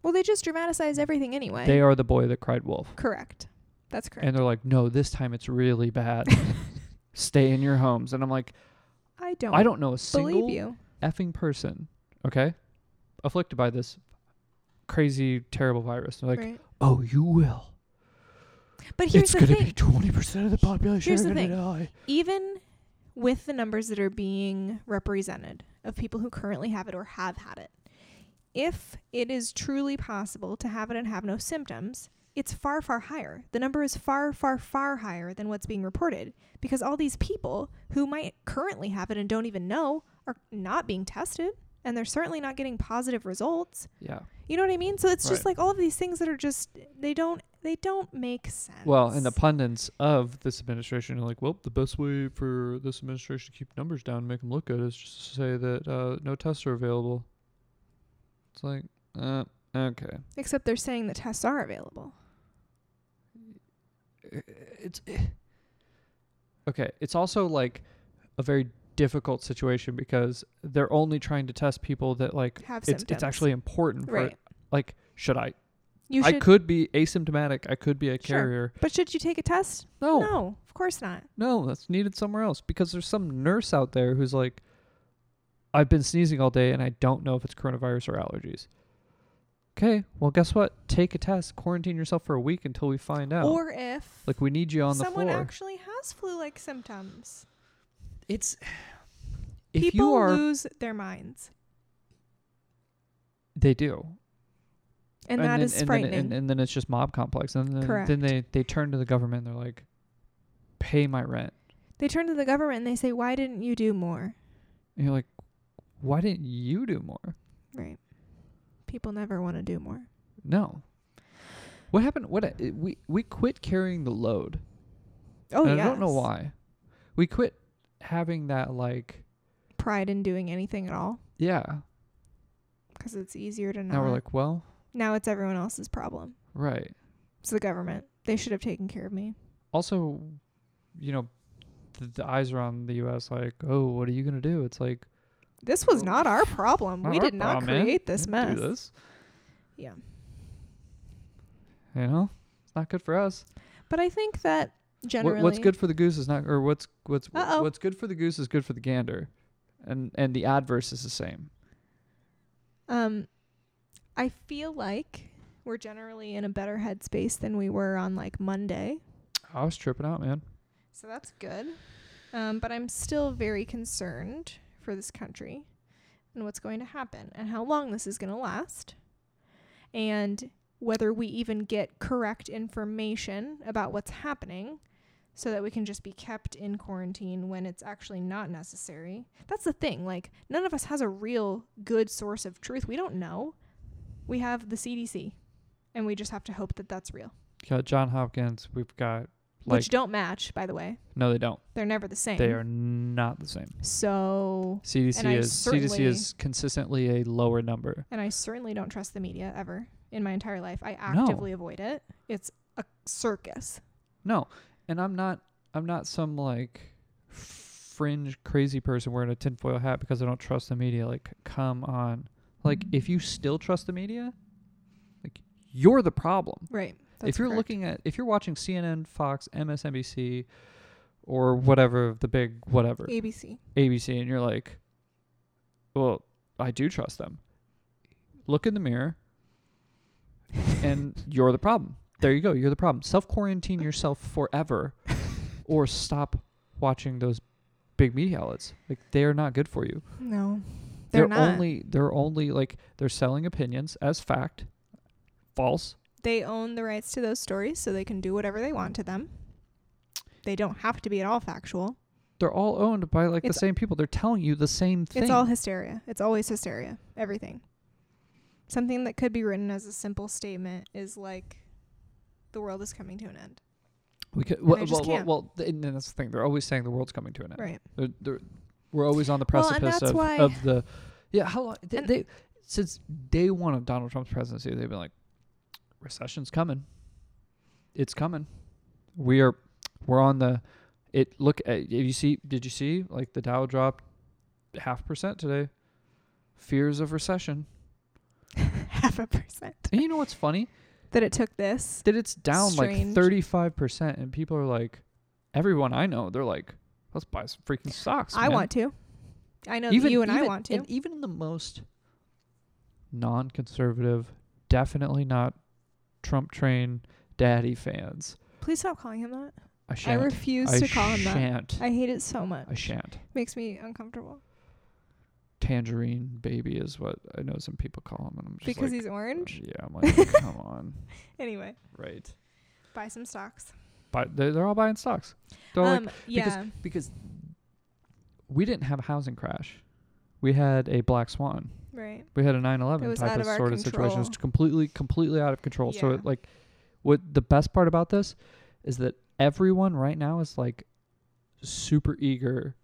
Well, they just dramatize everything anyway.
they are the boy that cried wolf,
correct. That's correct.
and they're like, no, this time it's really
(laughs)
bad. Stay in your homes, and I'm like,
I don't.
I don't know a single
believe you.
effing person, okay, afflicted by this crazy terrible virus. They're like,
right.
oh, you will.
But here's
it's
the
going to
thing.
be 20% of the population
Here's
are
the
going to die.
even with the numbers that are being represented of people who currently have it or have had it, if it is truly possible to have it and have no symptoms, it's far, far higher. The number is far, far, far higher than what's being reported because all these people who might currently have it and don't even know are not being tested and they're certainly not getting positive results.
Yeah.
You know what I mean? So it's just
Right.
like all of these things that are just they don't they don't make sense.
Well, and the pundits of this administration are like, well, the best way for this administration to keep numbers down and make them look good is just to say that uh, no tests are available. It's like, uh, okay.
except they're saying that tests are available.
It's. eh. Okay. It's also like a very difficult situation because they're only trying to test people that, like,
Have
it's,
symptoms.
it's actually important for,
right.
like, should I?
You
I
should,
could be asymptomatic. I could be a
Sure.
carrier.
but should you take a test?
No, no,
no, of course not.
that's needed somewhere else because there's some nurse out there who's like, I've been sneezing all day and I don't know if it's coronavirus or allergies. Okay, well, guess what? Take a test, quarantine yourself for a week until we find out.
Or if
like, we need you on the
someone
floor.
actually has flu-like symptoms,
it's. If
people
you are.
lose their minds,
they do.
and, that
then-
is
and then-
frightening.
and, and then it's just mob complex. And then,
Correct.
then they, they turn to the government and they're like, pay my rent.
they turn to the government and they say, "Why didn't you do more?"
And you're like, why didn't you do more?
Right? People never want to do more.
No. What happened? What uh, we we quit carrying the load.
Oh
and
yeah.
I don't know why. We quit having that like
Pride in doing anything at all
yeah.
because it's easier to not.
Now we're like, well,
now it's everyone else's problem.
right.
It's the government. They should have taken care of me.
Also, you know, the, the eyes are on the U.S. Like, oh, what are you gonna do? It's like
This was not our problem.
"Not
we
our
did not
problem, man.
create this
We didn't
mess.
do this."
Yeah.
You know, it's not good for us.
But I think that
What-
generally,
what's good for the goose is not, or what's what's wh-
Uh-oh.
what's good for the goose is good for the gander, and and the adverse is the same.
Um, I feel like we're generally in a better headspace than we were on like Monday,
I was tripping out, man.
so that's good. Um, but I'm still very concerned for this country and what's going to happen and how long this is going to last, and whether we even get correct information about what's happening. So that we can just be kept in quarantine when it's actually not necessary. That's the thing. Like, none of us has a real good source of truth. We don't know. We have the CDC, and we just have to hope that that's real.
got John Hopkins. We've got like
which don't match, by the way.
no, they don't.
They're never the same.
They are not the same.
So,
CDC
And I
is CDC
certainly-
is consistently a lower number.
and I certainly don't trust the media ever in my entire life. I actively avoid it. It's a circus.
No, and I'm not. I'm not some like fringe crazy person wearing a tinfoil hat because I don't trust the media. Like, come on. Like,
Mm-hmm.
if you still trust the media, like you're the problem.
Right.
if you're
correct.
looking at, if you're watching CNN, Fox, MSNBC, or whatever of the big whatever,
ABC.
ABC and you're like, well, I do trust them. Look in the mirror
(laughs)
and you're the problem. There you go. You're the problem. Self quarantine yourself forever or stop watching those big media outlets. Like they are not good for you.
No. They're, not.
only they're only like they're selling opinions as fact. False.
They own the rights to those stories, so they can do whatever they want to them. They don't have to be at all factual.
They're all owned by like
It's-
the same people. They're telling you the same thing.
It's all hysteria. It's always hysteria. Everything. Something that could be written as a simple statement is like, the world is coming to an end.
we could,
I
well,
just
well, well,
can't.
well, th- and that's the thing. They're always saying the world's coming to an end.
Right. (laughs)
They're, they're, we're always on the
Well, and
precipice
that's
of,
why-
of the. Yeah, how long? They,
And-
they since day one of Donald Trump's presidency, they've been like, recession's coming. It's coming. We are, we're on the. It look. At, you see? Did you see? Like the Dow dropped half percent today. Fears of recession.
Half a percent.
And you know what's
(laughs)
funny?
That it took this.
that it's down
Strange.
like 35% and people are like everyone i know they're like let's buy some freaking stocks
I
man."
want to. I know that you and I want to.
and even the most non-conservative definitely not trump train daddy fans
Please stop calling him that.
i
I
shan't
refuse
I
to call him that.
shan't
I hate it so much.
i shan't
Makes me uncomfortable
tangerine baby is what i know some people call him and i'm just
because
like, uh,
he's orange.
yeah i'm like oh,
(laughs)
come on
Anyway,
right
buy some stocks.
but they're, they're all buying stocks they're all like
um, yeah,
because we didn't have a housing crash. We had a black swan.
right.
We had a
It
9/11
was
type
out
of,
of our
sort of situation. It's
control.
completely completely out of control. So
Yeah.
it, like what the best part about this is that everyone right now is like super eager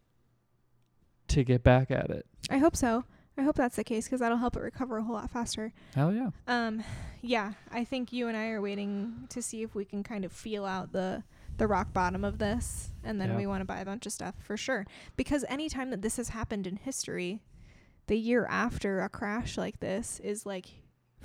to get back at it.
I hope so. I hope that's the case because that'll help it recover a whole lot faster.
Hell yeah.
Um, yeah, I think you and I are waiting to see if we can kind of feel out the the rock bottom of this, and then
Yeah.
we want to buy a bunch of stuff for sure. Because any time that this has happened in history, the year after a crash like this is like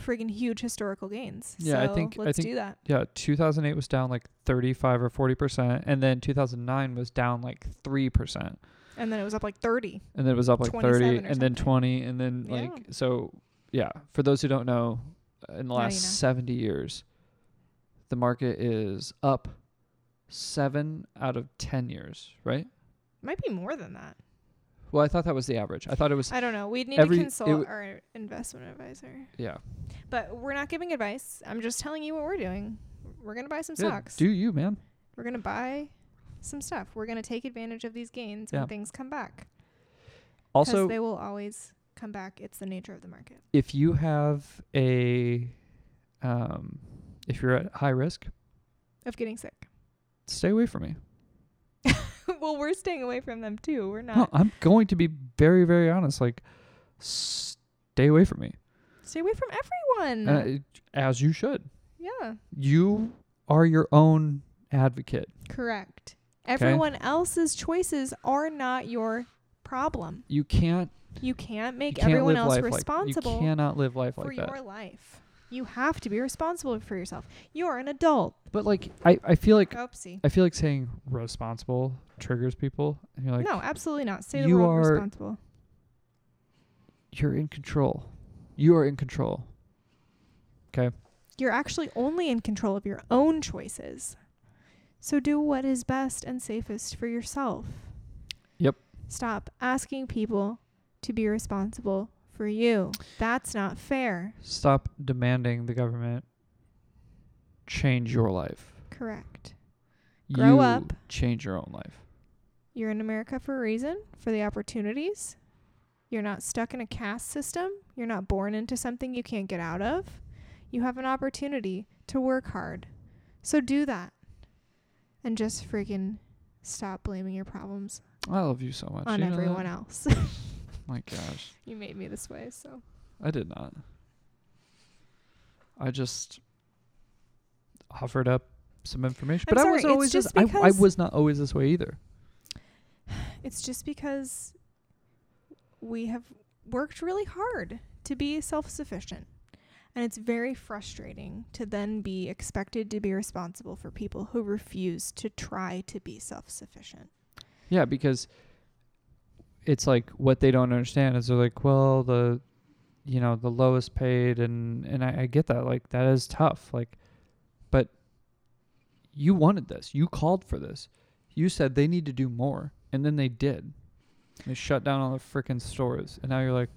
friggin' huge historical gains.
Yeah, I
so
think- I
let's
think-
do that.
Yeah, 2008 was down like 35 or 40% and then 2009 was down like 3%.
And then it was up like thirty.
and then it was up like 30
27 or
and then
something.
20 and then
Yeah.
like so yeah for those who don't know uh, in the
you
last
know.
70 years the market is up 7 out of 10 years right
Might be more than that.
well i thought that was the average i thought it was
I don't know. We'd need
Every-
to
it
consult
w-
our investment advisor.
yeah,
But we're not giving advice. I'm just telling you what we're doing. We're gonna buy some
yeah
stocks.
do you man
We're gonna buy some stuff. We're gonna take advantage of these gains
Yeah.
when things come back. 'Cause
also
they will always come back. It's the nature of the market.
if you have a um if you're at high risk
Of getting sick. (laughs)
stay away from me
well, we're staying away from them too. We're
no
not.
i'm going to be very very honest like stay away from me
Stay away from everyone.
uh, as you should
yeah.
you are your own advocate.
Correct. Everyone else's choices are not your problem.
You can't
You can't
you
make
can't
everyone
live
else
life
responsible.
Like, you cannot live life
for
like
your
that.
life. You have to be responsible for yourself. You're an adult.
But like I, I feel like
Oopsie.
I feel like saying responsible triggers people. And you're like
no, absolutely not. Say the
you
word
are-
responsible.
you're in control. You are in control.
You're actually only in control of your own choices. So do what is best and safest for yourself.
Yep.
Stop asking people to be responsible for you. That's not fair.
Stop demanding the government change your life.
Correct. Grow
you
up.
change your own life.
You're in America for a reason, for the opportunities. You're not stuck in a caste system. You're not born into something you can't get out of. You have an opportunity to work hard. So do that. And just freaking stop blaming your problems
I love you so much.
on
you know
everyone
that?
else. (laughs)
My gosh.
you made me this way, so.
I did not. I just offered up some information,
I'm
but I wasn't
sorry, it's
always
just
this. I, I
because-
was not always this way either.
It's just because we have worked really hard to be self sufficient. And it's very frustrating to then be expected to be responsible for people who refuse to try to be self sufficient.
Yeah, because it's like what they don't understand is they're like, well, the you know the lowest paid, and and I, I get that. Like that is tough. Like, but you wanted this. You called for this. You said they need to do more, and then they did. They shut down all the freaking stores, and now you're like,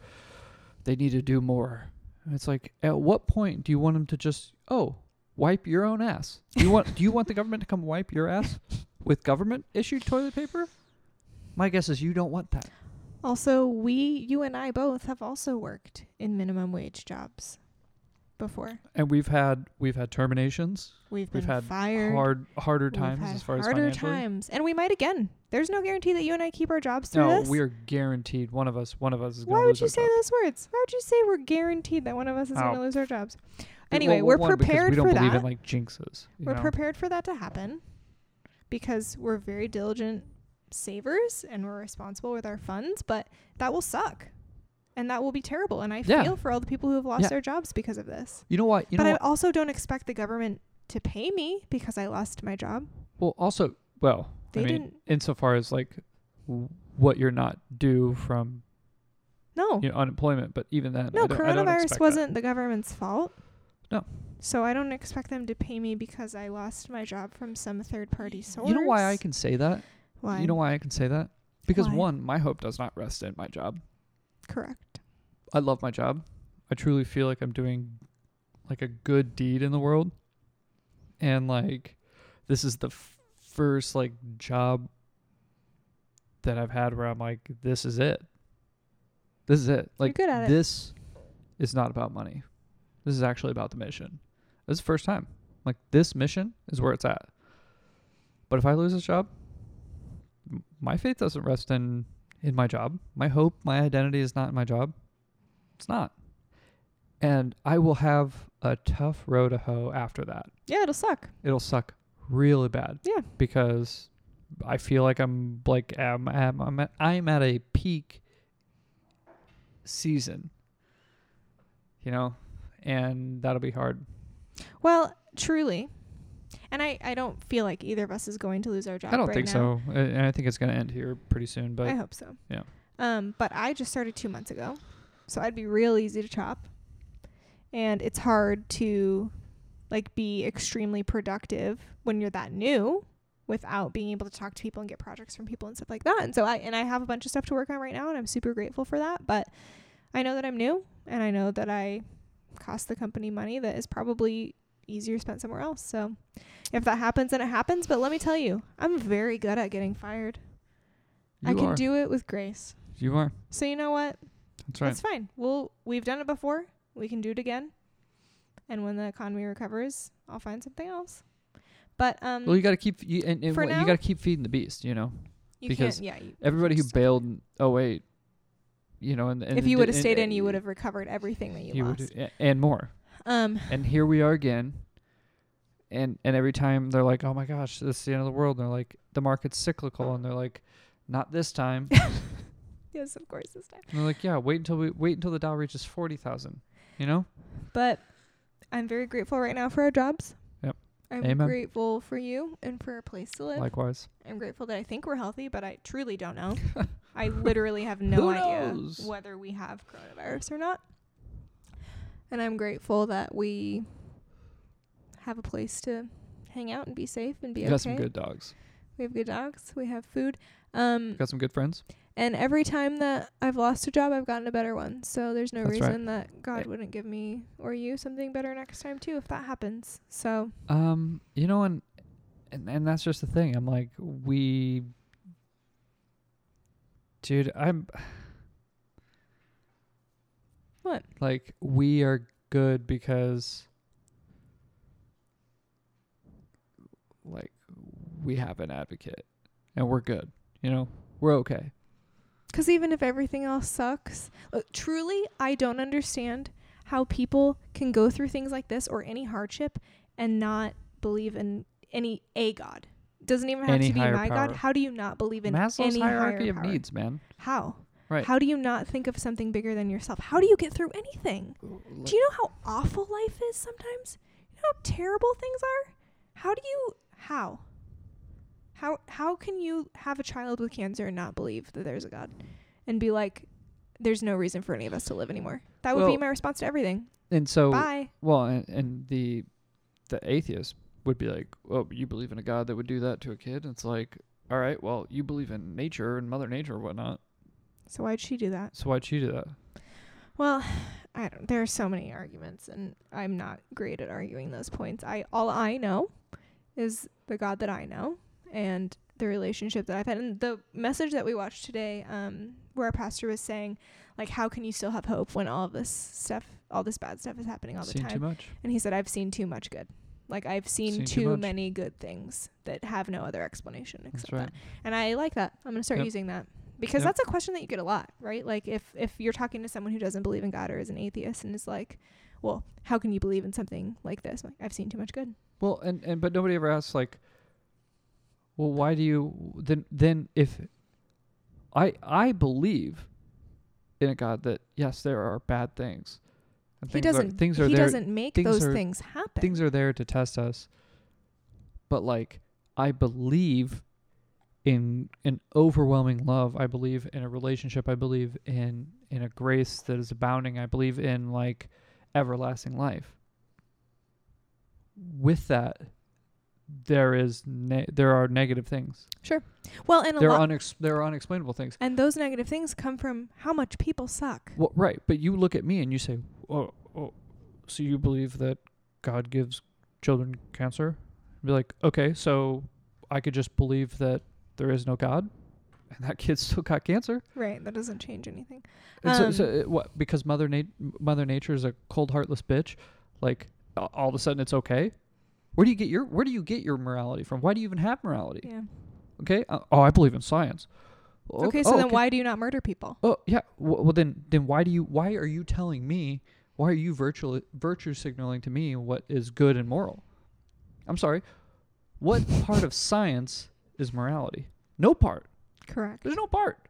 they need to do more. And it's like, at what point do you want them to just? Oh, wipe your own ass. You want? do you want the government to come wipe your ass with government issued toilet paper? My guess is you don't want that.
Also, we, you and I both have also worked in minimum wage jobs before.
And we've had we've had terminations,
We've been
We've had
fired.
hard harder
We've
times
had
as far as
harder
financially.
times, and we might again. There's no guarantee that you and I keep our jobs through
No,
this.
we are guaranteed one of us one of us is going
Why
to lose
would you
our
say
job.
those words? Why would you say we're guaranteed that one of us is going to
Oh.
lose our jobs?
Well,
Anyway,
well,
we're
one, because
prepared
we don't
for
believe
that.
in like jinxes. you
we're
know?
prepared for that to happen because we're very diligent savers and we're responsible with our funds, but that will suck. And that will be terrible. And I
Yeah.
feel for all the people who have lost
Yeah.
their jobs because of this.
You know what? You
but
know
I
what?
also don't expect the government to pay me because I lost my job.
Well, also, well,
They
I mean,
didn't-
insofar as like w- what you're not due from
No.
you know, unemployment, but even then, I
No,
don't- I don't expect
coronavirus
that.
wasn't the government's fault.
No.
So I don't expect them to pay me because I lost my job from some third party source.
You know why I can say that?
Why?
You know why I can say that? Because
Why?
one, my hope does not rest in my job.
Correct.
I love my job. I truly feel like I'm doing like a good deed in the world. And like this is the f- first like job that I've had where I'm like this is it. This is it. Like
good at it.
this is not about money. This is actually about the mission. This is the first time. Like this mission is where it's at. But if I lose this job, m- my faith doesn't rest in in my job. My hope, my identity is not in my job. It's not. And I will have a tough row to hoe after that.
Yeah, it'll suck.
It'll suck really bad.
Yeah.
Because I feel like I'm like I'm I'm I'm at, I'm at a peak season. You know, and that'll be hard.
Well, truly. And I, I don't feel like either of us is going to lose our job.
I don't
right
think
now.
so, A- and I think it's going to end here pretty soon.
I
But
hope so.
yeah.
Um, but I just started two months ago, so I'd be real easy to chop, and it's hard to, like, be extremely productive when you're that new, without being able to talk to people and get projects from people and stuff like that. And so I and I have a bunch of stuff to work on right now, and I'm super grateful for that. But I know that I'm new, and I know that I cost the company money that is probably easier spent somewhere else. So if that happens, then it happens. But let me tell you, I'm very good at getting fired. I
you
can
are.
do it with grace.
You are.
So you know what?
That's right.
That's fine. We'll we've done it before. We can do it again. And when the economy recovers, I'll find something else. But um
well, you got to keep you and, and
For
what-
now-
you got to keep feeding the beast. You know,
you
because
can't yeah, you,
everybody who
Just-
bailed in 08, You know, and, and
if you
did-
would have
and-
stayed in,
and
you would have recovered everything that you,
you
lost.
would- a- and more.
Um
and here we are again. And and every time they're like, "Oh my gosh, this is the end of the world." And they're like, "The market's cyclical," and they're like, "Not this
(laughs)
time." and
yes, of course this time.
they're like, "Yeah, wait until we wait until the Dow reaches forty thousand. You know,
But I'm very grateful right now for our jobs.
Yep.
I'm
Amen.
grateful for you and for a place to live.
likewise.
I'm grateful that I think we're healthy, but I truly don't
(laughs)
know. I literally have no
Who
idea
knows?
whether we have coronavirus or not. And I'm grateful that we have a place to hang out and be safe and be
You
okay.
got some good dogs.
We have good dogs. We have food. Um,
You got some good friends.
and every time that I've lost a job, I've gotten a better one. So there's no
That's right.
reason that God
Eh.
wouldn't give me or you something better next time too, if that happens. So
Um, you know, and and and that's just the thing. I'm like, we, dude, I'm.
What?
Like we are good because, like, we have an advocate, and we're good. You know, we're okay.
Because even if everything else sucks, uh, truly, I don't understand how people can go through things like this or any hardship and not believe in any a god. Doesn't even have
Any
to be
higher
my god.
power.
How do you not believe in
Maslow's
any
hierarchy
higher
of
power?
needs, man.
How?
Right.
How do you not think of something bigger than yourself? How do you get through anything? Do you know how awful life is sometimes? You know how terrible things are? How do you how? How how can you have a child with cancer and not believe that there's a god and be like there's no reason for any of us to live anymore? That would be
Well, Oh.
my response to everything.
and so
Bye.
Well, and, and the the atheist would be like, "Oh, you believe in a god that would do that to a kid?" And it's like, "All right, well, you believe in nature and Mother Nature and whatnot,
So why'd she do that?
so why'd she do that?"
Well, (sighs) I don't. There are so many arguments, and I'm not great at arguing those points. I all I know is the God that I know and the relationship that I've had, and the message that we watched today, um, where our pastor was saying, like, how can you still have hope when all of this stuff, all this bad stuff, is happening all the
Seen
time?
too much.
And he said, I've seen too much good. Like I've seen,
Seen too
too,
much.
many good things that have no other explanation except
That's right.
that. And I like that. I'm gonna start
Yep.
using that. Because
Yep.
that's a question that you get a lot, right? Like if if you're talking to someone who doesn't believe in God or is an atheist and is like, Well, how can you believe in something like this? Like, I've seen too much good.
Well, and and but nobody ever asks like, well, why do you then then if I I believe in a God that yes, there are bad things. And
He
things
doesn't
are, things are
he
there
doesn't make
things
those
are-
things happen.
things are there to test us. But like I believe in an overwhelming love. I believe in a relationship. I believe in in a grace that is abounding. I believe in like everlasting life. With that there is ne- there are negative things.
well and a
There
lot
are unex- there are unexplainable things.
and those negative things come from how much people suck.
Well, right, but you look at me and you say, "Oh, oh so you believe that God gives children cancer?" I'd be like, "Okay, so I could just believe that there is no God, and that (laughs) kid still got cancer."
Right. That doesn't change anything.
And so,
Um,
so uh, what? Because Mother Nat- Mother Nature is a cold, heartless bitch. Like, a- all of a sudden, it's okay. Where do you get your Where do you get your morality from? Why do you even have morality?
Yeah.
Okay. Uh, oh, I believe in science. O-
Okay, so
oh,
then why do you not murder people?
Oh yeah. Well, well then, then why do you? Why are you telling me? Why are you virtual virtue signaling to me what is good and moral? I'm sorry. What part of science is morality? No part.
Correct.
There's no part.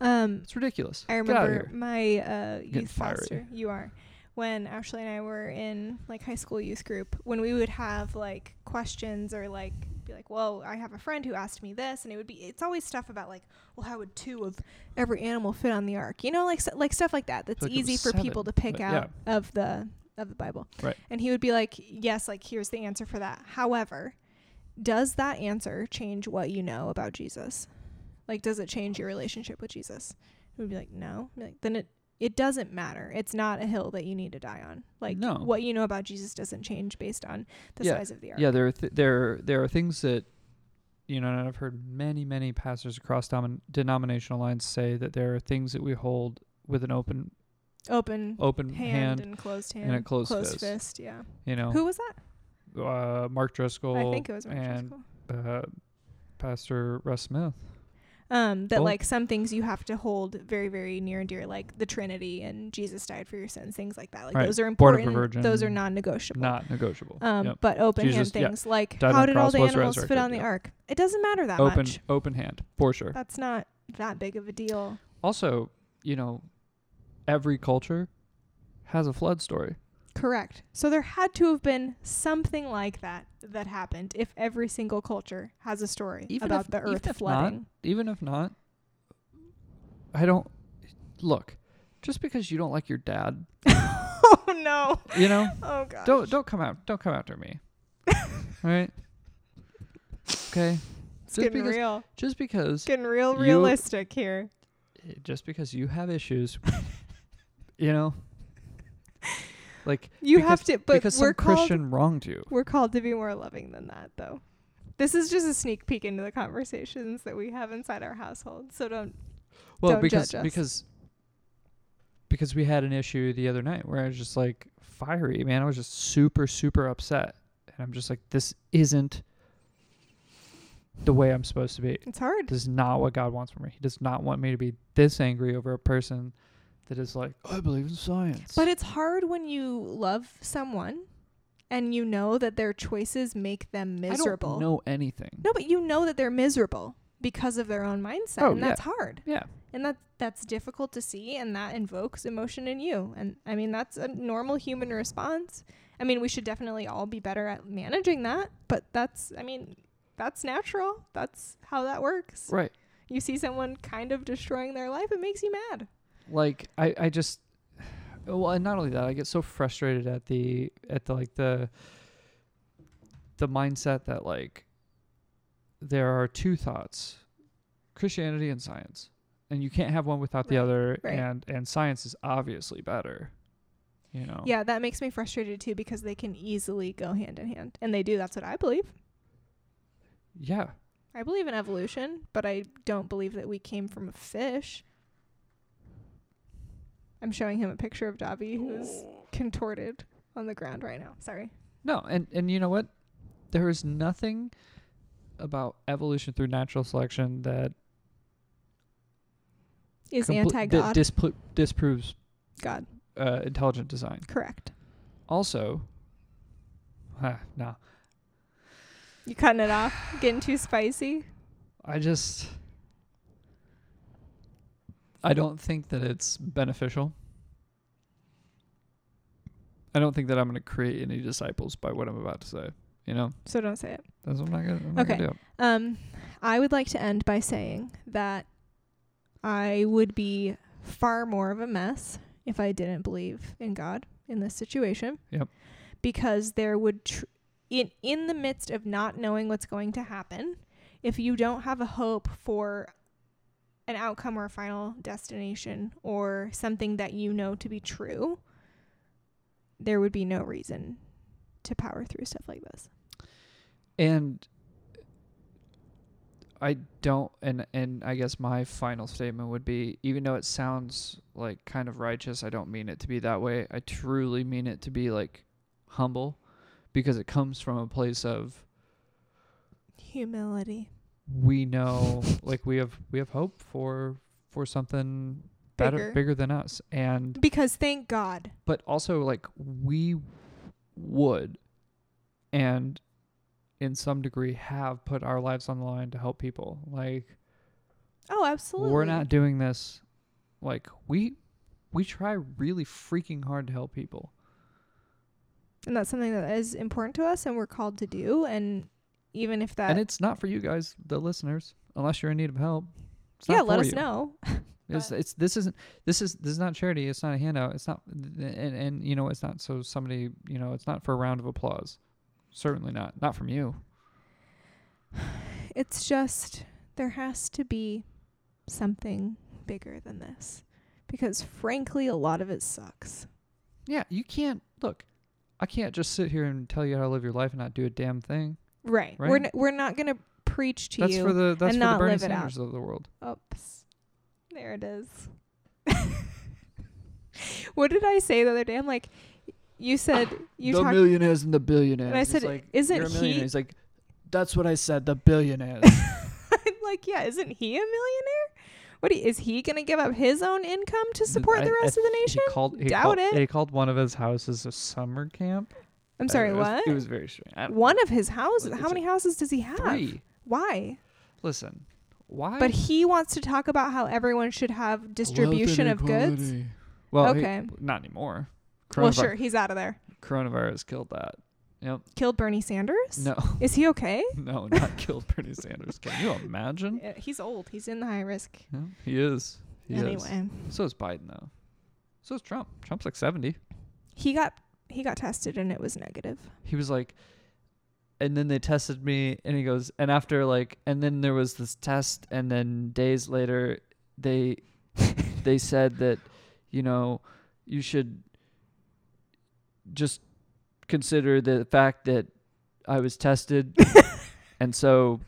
Um
It's ridiculous.
I
Get out of
remember
here.
my uh,
Getting
youth
fiery.
pastor. You are. When Ashley and I were in like high school youth group, when we would have like questions or like be like, "Well, I have a friend who asked me this," and it would be it's always stuff about like, "Well, how would two of every animal fit on the ark?" You know, like s- like stuff like that. That's
like it
easy
was
for
seven,
people to pick
but
out of the of the Bible.
Right.
And he would be like, "Yes, like here's the answer for that." However, does that answer change what you know about Jesus? Like, does it change your relationship with Jesus? We'd be like, no. Be Like, then it it doesn't matter. It's not a hill that you need to die on. Like,
No.
what you know about Jesus doesn't change based on the
Yeah.
size of the ark.
Yeah, there are th- there there are things that you know, and I've heard many many pastors across domin- denominational lines say that there are things that we hold with an open
Open
open
hand,
hand,
and closed hand
and a closed fist. Oh.
fist. Yeah.
you know.
Who was that?
uh, Mark Driscoll
I think it was Mark
and
Driscoll.
uh, Pastor Russ Smith.
Um, that
Well-
like some things you have to hold very, very near and dear, like the Trinity and Jesus died for your sins, things like that. Like
Right.
those are
Born of a
important. Those are
virgin,
non-negotiable.
Not negotiable.
um,
Yep.
but open
Jesus- yeah.
hand things like
Died on
how
the
did all
cross,
the
was
animals fit
resurrected,
on the
yeah.
ark? It doesn't matter that
open
much. Uh,
open hand for sure.
That's not that big of a deal.
Also, you know, every culture has a flood story.
Correct. So there had to have been something like that that happened if every single culture has a story
Even
about
if-
the
even if
earth
not,
flooding. (laughs)
Even if not, I don't look. Just because you don't like your dad,
oh no.
you know,
(laughs) Oh god.
don't don't come out don't come after
(laughs)
me. All right. Okay. just
it's getting
because-
real.
Just because
It's getting real
you-
realistic here.
eh, just because you have
(laughs)
issues, you know, like
You
because-
have to but
because
we're
some
called
Christian wronged you.
we're called to be more loving than that though. This is just a sneak peek into the conversations that we have inside our household. So don't
Well,
Don't
because
judge us.
because because we had an issue the other night where I was just like fiery, man. I was just super super upset, and I'm just like, this isn't the way I'm supposed to be.
it's hard.
This is not what God wants from me. He does not want me to be this angry over a person that is like, I believe in science.
But it's hard when you love someone and you know that their choices make them miserable.
I don't know anything.
No, but you know that they're miserable because of their own mindset,
Oh,
and
yeah.
that's hard.
Yeah.
And that that's difficult to see and that invokes emotion in you. And I mean, that's a normal human response. I mean, we should definitely all be better at managing that, but that's I mean, that's natural. That's how that works.
Right.
You see someone kind of destroying their life, it makes you mad.
like I, I just well and not only that i get so frustrated at the at the like the the mindset that like there are two thoughts christianity and science and you can't have one without the
Right,
other
right.
and and science is obviously better you know.
Yeah, that makes me frustrated too because they can easily go hand in hand. And they do. That's what I believe.
Yeah.
I believe in evolution, but I don't believe that we came from a fish. I'm showing him a picture of Dobby who's contorted on the ground right now. Sorry.
No, and and you know what? There is nothing about evolution through natural selection that
Is
compl-
anti
that
God.
dispro- disproves
God.
uh, intelligent design.
Correct.
Also, huh, no,
You cutting it off? Getting too spicy?
I just I don't think that it's beneficial. I don't think that I'm going to create any disciples by what I'm about to say. You know,
So don't say it.
that's what I'm not going to
Okay.
do.
Um, I would like to end by saying that I would be far more of a mess if I didn't believe in God in this situation.
Yep.
Because there would, tr- in in the midst of not knowing what's going to happen, if you don't have a hope for an outcome or a final destination or something that you know to be true, there would be no reason to power through stuff like this.
And I don't and and I guess my final statement would be even though it sounds like kind of righteous, I don't mean it to be that way. I truly mean it to be like humble because it comes from a place of
Humility.
we know like we have we have hope for for something better
Bigger.
bigger than us and
Because thank God.
but also like we would and in some degree have put our lives on the line to help people like
Oh, absolutely.
we're not doing this like we we try really freaking hard to help people
And that's something that is important to us and we're called to do. And even if that.
and it's not for you guys the listeners unless you're in need of help It's not
yeah, let
for
us
you.
know. (laughs)
It's,
But-
it's this isn't this is this is not charity. It's not a handout. It's not and and you know it's not so somebody you know it's not for a round of applause. Certainly not. Not from you.
It's just there has to be something bigger than this. Because frankly, a lot of it sucks.
Yeah, you can't look. I can't just sit here and tell you how to live your life and not do a damn thing.
Right. We're,
Right.
n- we're not going to preach to
that's
you.
for the that's
and
for the
not
Bernie
live it out.
Sanders of the world.
Oops. There it is. (laughs) what did I say the other day? I'm like, you said you talked.
millionaires and the billionaires.
And I said, "Isn't he-"
He's like, that's what I said. The billionaires.
(laughs) I'm like, yeah, isn't he a millionaire? What do- is he going to give up his own income to support
I-
the
I
rest of the
he
nation?
called. He
Doubt
called,
it.
He called one of his houses a summer camp.
I'm sorry,
it was,
what?
It was very strange. I don't-
One of his houses.
It's
How
a-
many houses does he have?
three.
Why?
Listen, why?
But he wants to talk about how everyone should have distribution of goods.
Well, he-
Okay.
not anymore.
Well,
Coronavi-
sure, he's out of there.
Coronavirus killed that. Yep.
Killed Bernie Sanders?
No, (laughs)
Is he okay?
no, not killed Bernie Sanders. Can you imagine?
(laughs) Uh, He's old. He's in the high risk.
No, he is. He is.
anyway,
So is Biden though. So is Trump. Trump's like seventy.
he got he got tested and it was negative. (laughs)
He was like, and then they tested me, and he goes, and after like, and then there was this test, and then days later, they they said that you know you should just consider the fact that I was
(laughs)
tested, and so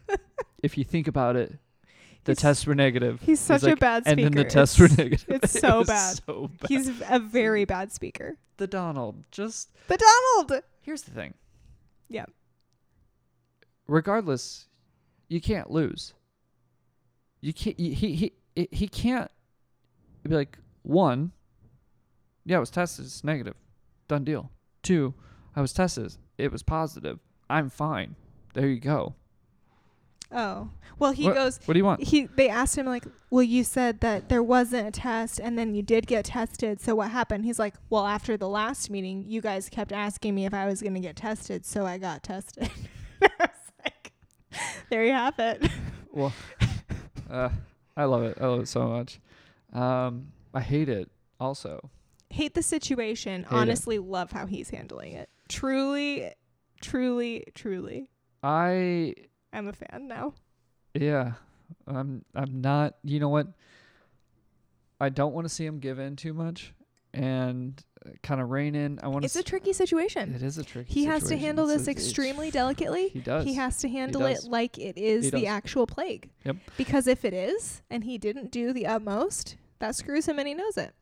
if you think about it, the
He's-
tests were negative.
He's such
like,
a bad speaker.
and then the tests were
It's-
negative.
it's
(laughs) It
so
was
bad.
So bad.
(laughs) He's
(laughs)
a very bad speaker.
the Donald. Just
But Donald,
here's the thing.
Yeah.
Regardless, you can't lose. You can't. He he he, he can't be like one. Yeah, I was tested. It's negative. Done deal. Two, I was tested. It was positive. I'm fine. There you go.
Oh. Well, he goes
What do you
(laughs)
want?
he they asked him like, "Well, you said that there wasn't a test and then you did get tested. So what happened?" He's like, "Well, after the last meeting, you guys kept asking me if I was going to get tested, so I got tested." (laughs) I was like, there you have it.
Well, (laughs) uh, I love it. I love it so much. Um, I hate it. Also,
Hate the situation.
Hate it.
Honestly, love how he's handling it. Truly, truly, truly.
I
I'm a fan now.
Yeah. I'm I'm not you know what? I don't want to see him give in too much and kind of rein in. I want
It's
to.
a tricky situation.
it is a tricky.
He has to
situation.
handle
It's a-
this
it's-
extremely delicately.
He does.
He has to handle it
does.
like it is
He
the
does.
actual plague.
Yep.
Because if it is, and he didn't do the utmost, that screws him, and he knows it.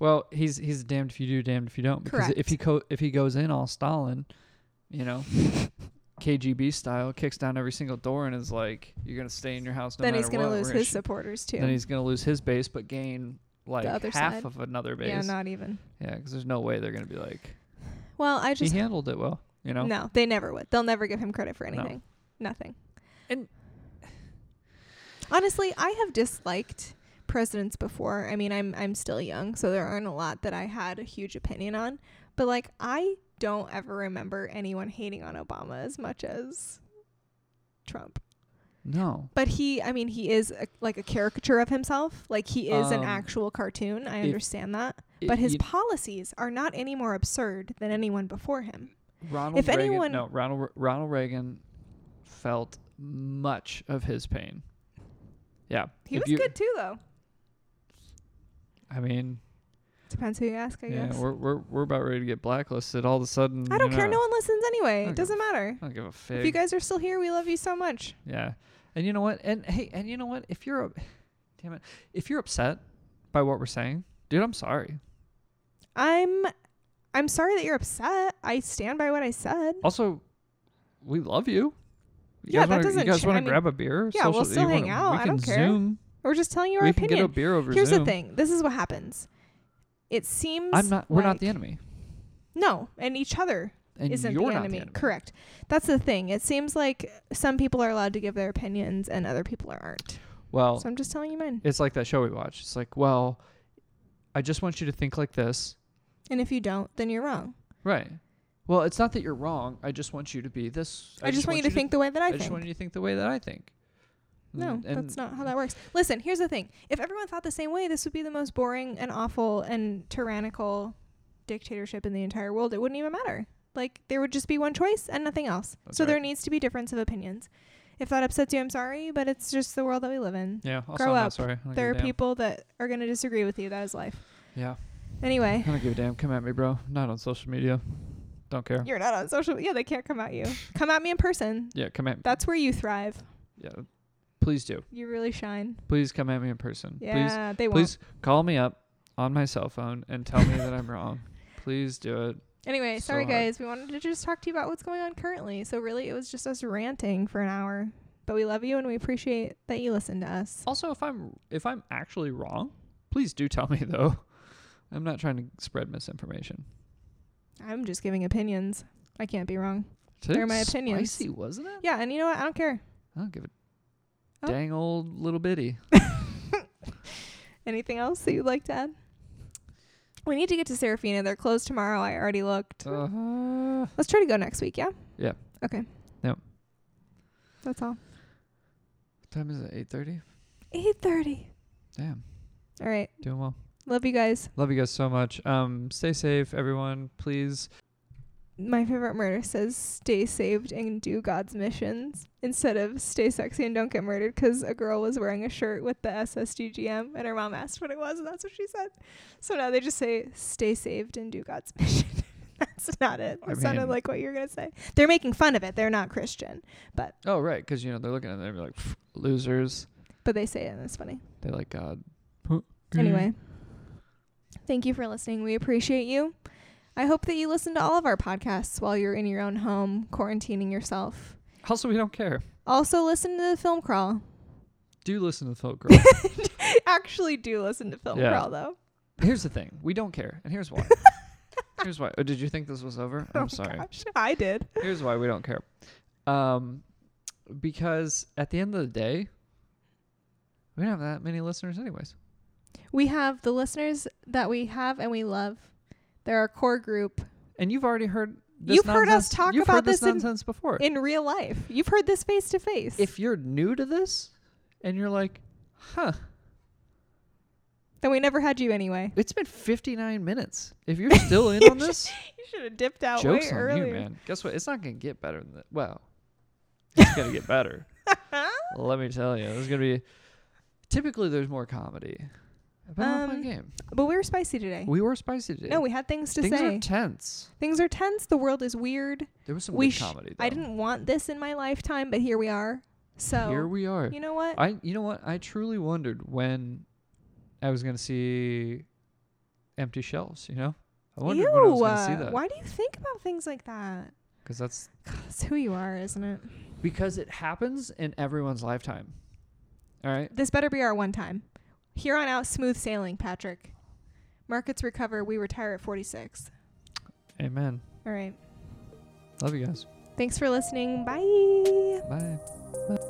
Well, he's he's damned if you do, damned if you don't. Because
Correct.
if he co- if he goes in all Stalin, you know, KGB style, kicks down every single door and is like, "You're gonna stay in your house no
then
matter
he's gonna
what." We're
lose
gonna
his
shoot-"
supporters too.
Then he's gonna lose his base, but gain like
other
half
side.
of another base.
yeah, not even.
Yeah, because there's no way they're gonna be like
Well, I just
he handled it well. You know.
no, they never would. They'll never give him credit for
No.
anything. Nothing.
And-
honestly, I have disliked presidents before. I mean, I'm I'm still young, so there aren't a lot that I had a huge opinion on. But like, I don't ever remember anyone hating on Obama as much as Trump.
No.
But he, I mean, he is a, like a caricature of himself. Like he is an
Um,
actual cartoon. I
if-
understand that.
It-
But his
you-
policies are not any more absurd than anyone before him.
Ronald
if
Reagan,
anyone-
no Ronald Ronald Reagan felt much of his pain. Yeah.
He
if
was
you-
good too, though.
I mean,
Depends who you ask, I
yeah,
guess.
we're, we're we're about ready to get blacklisted. All of a sudden,
I don't
you
care.
know,
No one listens anyway. It
Okay.
doesn't matter.
I don't give a
If you
fig.
guys are still here, we love you so much.
yeah, and you know what? And hey, and you know what? If you're, up- damn it, if you're upset by what we're saying, dude, I'm sorry.
I'm, I'm sorry that you're upset. I stand by what I said.
Also, we love you. you
Yeah,
guys
that
wanna,
doesn't
You guys
cha-
want
I
to
mean,
grab a beer?
yeah, we'll
Social-
still
you
hang
wanna-
out.
We
I
can
don't care.
Zoom.
We're just telling you our
we can get a
opinion.
beer over
Here's
Zoom.
the thing. This is what happens. It seems
I'm not. We're not the
like-
enemy.
No, and each other
And
isn't
you're
the
not
enemy.
the enemy.
Correct. That's the thing. It seems like some people are allowed to give their opinions and other people aren't.
Well,
So I'm just telling you mine.
it's like that show we watched. It's like, well, I just want you to think like this.
And if you don't, then you're wrong.
Right. Well, it's not that you're wrong. I just want you to be this.
I, just, want you to think the way that I,
I,
think.
just want you to think the way that I think.
no,
Mm, And- and
that's not how that works. Listen, here's the thing. If everyone thought the same way, this would be the most boring and awful and tyrannical dictatorship in the entire world. It wouldn't even matter. Like there would just be one choice and nothing else.
That's
so there
right.
needs to be difference of opinions. If that upsets you, I'm sorry, but it's just the world that we live in.
Yeah. Also,
grow
I'm
up.
not sorry. I don't
There are
give a damn.
people that are going to disagree with you. That is life.
Yeah.
Anyway,
(laughs) I don't give a damn. Come at me, bro. Not on social media. Don't care.
you're not on social media. They can't come at you. Come at me in person.
Yeah. Come at. me.
That's where you thrive.
yeah. Please do.
You really shine.
Please come at me in person. Please.
Yeah, they won't.
Please call me up on my cell phone and tell me that I'm (laughs) wrong. Please do it.
Anyway,
So
sorry
hard.
guys. We wanted to just talk to you about what's going on currently. So really, it was just us ranting for an hour. But we love you and we appreciate that you listen to us.
Also, if I'm if I'm actually wrong, please do tell me though. I'm not trying to spread misinformation.
I'm just giving opinions. I can't be wrong. They're
Today's
my opinions.
Spicy, wasn't it?
Yeah, and you know what? I don't care.
I don't give a
Oh.
dang old little bitty.
Anything else that you'd like to add? We need to get to Serafina. They're closed tomorrow. I already looked.
Uh,
Let's try to go next week, yeah?
Yeah.
Okay.
Yep.
That's all.
time is it? Eight thirty.
8:30.
Damn,
All right.
doing well.
Love you guys.
Love you guys so much. Um, stay safe, everyone. Please.
My favorite murder says stay saved and do God's missions instead of stay sexy and don't get murdered because a girl was wearing a shirt with the SSGGM and her mom asked what it was and that's what she said. So now they just say stay saved and do God's (laughs) mission. that's not it.
I
That sounded
mean-
like what you were going to say. They're making fun of it. They're not Christian,
Oh right, because you know they're looking at them like "Pff, losers.
but they say it and it's funny.
They like uh, God. Mm-hmm.
Anyway, thank you for listening. We appreciate you. I hope that you listen to all of our podcasts while you're in your own home, quarantining yourself.
Also, we don't care.
Also, listen to the film crawl.
Do listen to the folk girl.
actually do listen to Film
Yeah.
Crawl though.
here's the thing. We don't care, and here's
(laughs)
why. here's why. Oh, did you think this was over? I'm
Oh,
sorry.
gosh, I did.
Here's why we don't care. Um, because at the end of the day, we don't have that many listeners, anyways.
We have the listeners that we have and we love. They're our core group
And you've already heard this
You've heard us
nonsense-
talk
you've
about
heard this,
this in-
nonsense before.
in real life. You've heard this face to face.
if you're new to this and you're like, huh,
Then we never had you anyway.
it's been 59 minutes. If you're still in on this,
(laughs) You should have dipped out
jokes
way
on
earlier.
you, man. Guess what? It's not gonna get better than that.
(laughs)
Well, it's gonna get better. Let me tell you, there's gonna be. Typically, there's more comedy. I've been off my
Um,
game.
But we were spicy today.
We were spicy today.
no, we had things to
Things
say.
are tense.
things are tense. The world is weird.
There was some
We
good
sh-
comedy.
I
though.
didn't want this in my lifetime, but here we are. So
Here we are.
you know what?
I you know what? I truly wondered when I was gonna see empty shelves. You know, I wondered when I was gonna see
Ew,
that
Why do you think about things like that?
because that's
It's who you are, isn't it?
because it happens in everyone's lifetime. All right.
This better be our one time. Here on out, smooth sailing, Patrick. Markets recover. We retire at 46.
Amen.
All right.
Love you guys.
Thanks for listening. Bye.
Bye. Bye.